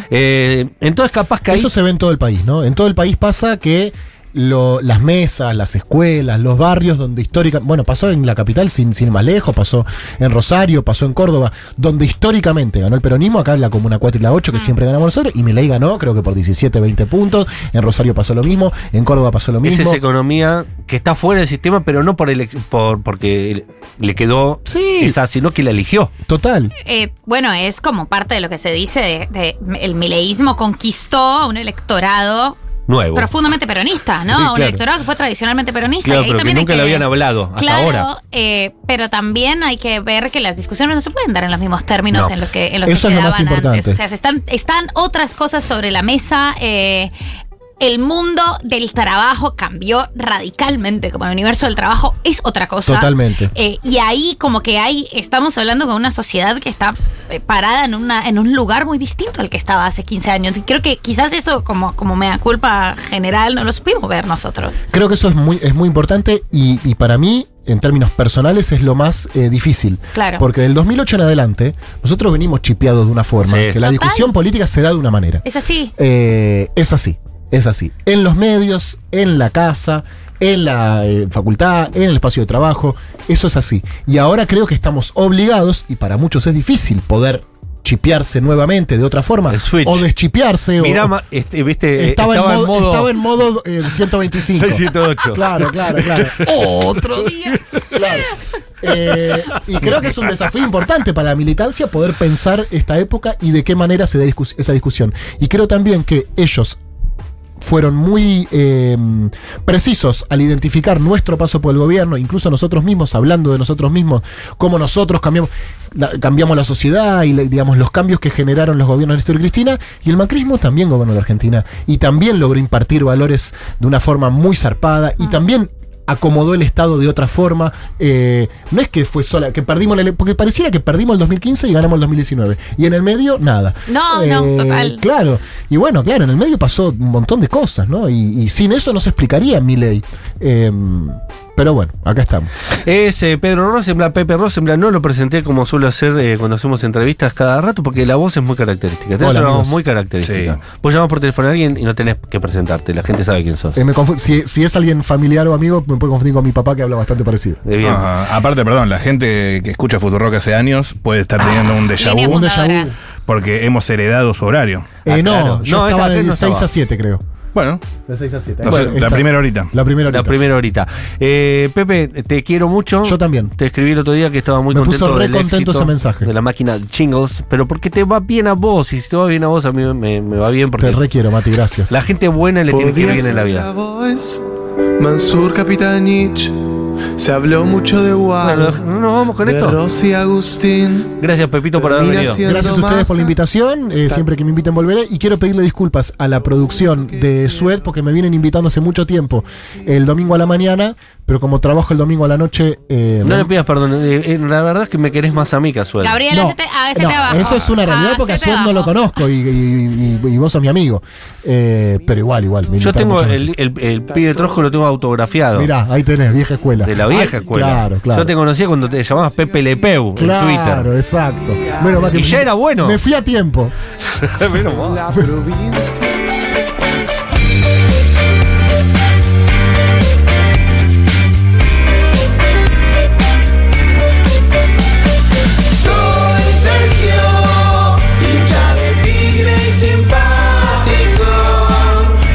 Speaker 2: Eh, entonces capaz que ahí-
Speaker 3: Eso se ve en todo el país, ¿no? En todo el país pasa que lo- las mesas, las escuelas, los barrios donde históricamente. Bueno, pasó en la capital, sin, sin ir más lejos, pasó en Rosario, pasó en Córdoba, donde históricamente ganó el peronismo, acá en la Comuna 4 y la 8, que siempre ganamos nosotros, y Milei ganó, creo que por 17, 20 puntos. En Rosario pasó lo mismo, en Córdoba pasó lo
Speaker 2: es
Speaker 3: mismo.
Speaker 2: esa economía que está fuera del sistema, pero no por el, ex- por, porque le quedó
Speaker 3: Sí.
Speaker 2: esa, sino que la eligió.
Speaker 3: Total.
Speaker 4: Eh, bueno, es como parte de lo que se dice de, de- el mileísmo conquistó a un electorado
Speaker 2: Nuevo.
Speaker 4: profundamente peronista, ¿no?
Speaker 2: Sí,
Speaker 4: Un
Speaker 2: claro.
Speaker 4: electorado que fue tradicionalmente peronista.
Speaker 2: Claro,
Speaker 4: y ahí
Speaker 2: pero que
Speaker 4: también hay
Speaker 2: nunca le habían hablado hasta
Speaker 4: Claro,
Speaker 2: ahora.
Speaker 4: eh, pero también hay que ver que las discusiones no se pueden dar en los mismos términos
Speaker 2: No.
Speaker 4: en los que en los que
Speaker 3: Eso es lo
Speaker 4: se
Speaker 3: más
Speaker 4: daban
Speaker 3: importante.
Speaker 4: antes. O sea, se están, están otras cosas sobre la mesa. eh, el mundo del trabajo cambió radicalmente, como el universo del trabajo es otra cosa.
Speaker 3: Totalmente.
Speaker 4: Eh, y ahí como que hay, estamos hablando con una sociedad que está eh, parada en, una, en un lugar muy distinto al que estaba hace 15 años. Y creo que quizás eso como, como mea culpa general no lo supimos ver nosotros.
Speaker 3: Creo que eso es muy, es muy importante y, y para mí, en términos personales, es lo más eh, difícil.
Speaker 4: Claro.
Speaker 3: Porque del 2008 en adelante, nosotros venimos chipeados de una forma,
Speaker 2: Sí.
Speaker 3: que la
Speaker 4: Total.
Speaker 3: discusión política se da de una manera.
Speaker 4: Es así.
Speaker 3: Eh, es así. es así. En los medios, en la casa, en la eh, facultad, en el espacio de trabajo, eso es así. Y ahora creo que estamos obligados, y para muchos es difícil poder chipearse nuevamente de otra forma,
Speaker 2: El switch.
Speaker 3: o deschipearse, o-
Speaker 2: Mirá, ma- este, viste,
Speaker 3: estaba, en modo, estaba en modo, eh,
Speaker 2: [LAUGHS]
Speaker 3: 125.
Speaker 2: 678.
Speaker 3: Claro, claro, claro. [LAUGHS] Otro día. Claro. Eh, y creo que es un desafío importante para la militancia poder pensar esta época y de qué manera se da discus- esa discusión. Y creo también que ellos fueron muy eh, precisos al identificar nuestro paso por el gobierno, incluso nosotros mismos, hablando de nosotros mismos, cómo nosotros cambiamos la, cambiamos la sociedad y la- digamos los cambios que generaron los gobiernos de Néstor y Cristina, y el macrismo también gobernó la Argentina, y también logró impartir valores de una forma muy zarpada,
Speaker 4: Ah.
Speaker 3: y también acomodó el Estado de otra forma. eh, no es que fue sola, que perdimos la ele- porque pareciera que perdimos el 2015 y ganamos el 2019. Y en el medio, nada. Eh,
Speaker 4: No, no, total.
Speaker 3: Claro, y bueno, claro, en el medio pasó un montón de cosas, ¿no? Y, y sin eso no se explicaría mi ley. Em, pero bueno, acá estamos.
Speaker 2: Es eh, Pedro Rosenblatt, Pepe Rosenblatt. No lo presenté como suelo hacer eh, cuando hacemos entrevistas cada rato, porque la voz es muy característica. Tenés
Speaker 3: Hola,
Speaker 2: una voz
Speaker 3: amigos.
Speaker 2: muy característica.
Speaker 5: Sí.
Speaker 2: Vos llamás por teléfono a alguien y no tenés que presentarte. La gente sabe quién sos.
Speaker 3: Eh, me confu- si, si es alguien familiar o amigo, me puede confundir con mi papá que habla bastante parecido.
Speaker 2: Eh, bien.
Speaker 5: Ajá. Aparte, perdón, la gente que escucha Futurock hace años puede estar teniendo un déjà
Speaker 4: Línea
Speaker 5: vu
Speaker 4: fundadora.
Speaker 5: porque hemos heredado su horario.
Speaker 3: Eh, no,
Speaker 2: Ah, claro.
Speaker 3: yo
Speaker 2: No, esta
Speaker 3: estaba de
Speaker 2: vez no
Speaker 3: 6 a
Speaker 2: estaba.
Speaker 3: 7, creo.
Speaker 5: Bueno,
Speaker 3: De 6 a 7.
Speaker 5: no sé, la primera horita.
Speaker 3: La primera
Speaker 2: La
Speaker 3: ahorita.
Speaker 2: primera horita. Eh, Pepe, te quiero mucho.
Speaker 3: Yo también.
Speaker 2: Te escribí el otro día que estaba muy
Speaker 3: Me
Speaker 2: contento
Speaker 3: puso re
Speaker 2: del
Speaker 3: contento
Speaker 2: éxito
Speaker 3: ese mensaje.
Speaker 2: de la máquina de jingles, pero porque te va bien a vos y si te va bien a vos a mí me, me va bien porque
Speaker 3: Te requiero, Mati, gracias.
Speaker 2: la gente buena le tiene que ir
Speaker 6: Podía
Speaker 2: bien en la
Speaker 6: ser
Speaker 2: vida.
Speaker 6: Voice, Mansur Capitanich, se habló mucho de
Speaker 2: Bueno,
Speaker 6: Wal,
Speaker 2: ¿no nos vamos con
Speaker 6: de
Speaker 2: esto.
Speaker 6: Rosy Agustín.
Speaker 2: Gracias Pepito por haber
Speaker 6: Termina
Speaker 2: venido.
Speaker 6: siendo
Speaker 3: Gracias a ustedes
Speaker 6: más-
Speaker 3: por la invitación. eh, siempre que me inviten volveré. Y quiero pedirle disculpas a la producción de Sued porque me vienen invitando hace mucho tiempo el domingo a la mañana. Pero como trabajo el domingo a la noche. eh,
Speaker 2: No le pidas perdón, eh, eh, la verdad es que me querés más a mí que a Suel.
Speaker 4: Gabriel,
Speaker 3: no,
Speaker 4: hacete, hacete
Speaker 3: no,
Speaker 4: abajo.
Speaker 3: Eso es una realidad porque a
Speaker 4: Hacete
Speaker 3: Sued no lo
Speaker 4: abajo.
Speaker 3: conozco y, y- y- y vos sos mi amigo. Eh, pero igual, igual. me
Speaker 2: Yo
Speaker 3: invitaron
Speaker 2: tengo
Speaker 3: muchas
Speaker 2: el,
Speaker 3: veces.
Speaker 2: el, el pibe Trojo lo tengo autografiado.
Speaker 3: Mirá, ahí tenés, vieja escuela.
Speaker 2: De la vieja
Speaker 3: Ay,
Speaker 2: escuela.
Speaker 3: Claro, claro.
Speaker 2: Yo te conocía cuando te llamabas Pepe Lepeu en
Speaker 3: Claro,
Speaker 2: Twitter.
Speaker 3: exacto. Bueno, va que
Speaker 2: Y
Speaker 3: me-
Speaker 2: ya era bueno.
Speaker 3: Me fui a tiempo. [LAUGHS]
Speaker 2: Menos mal.
Speaker 6: La provincia.
Speaker 7: Soy Sergio, hincha de tigre y simpático.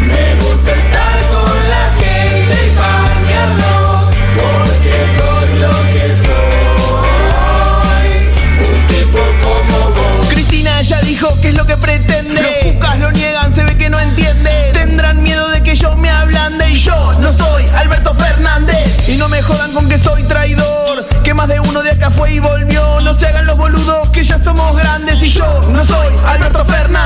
Speaker 7: Me gusta estar con la gente y palmearlos, porque soy lo que soy. Un tipo como vos.
Speaker 8: Cristina ya dijo que es lo que pretende. Los cucas lo niegan, se ve que no entiende. Tendrán miedo de que yo me ablande y yo no soy Alberto Fernández. Y no me jodan con que soy traidor, que más de uno de acá fue y volvió. No se hagan los boludos que ya somos grandes y yo no soy Alberto Fernández.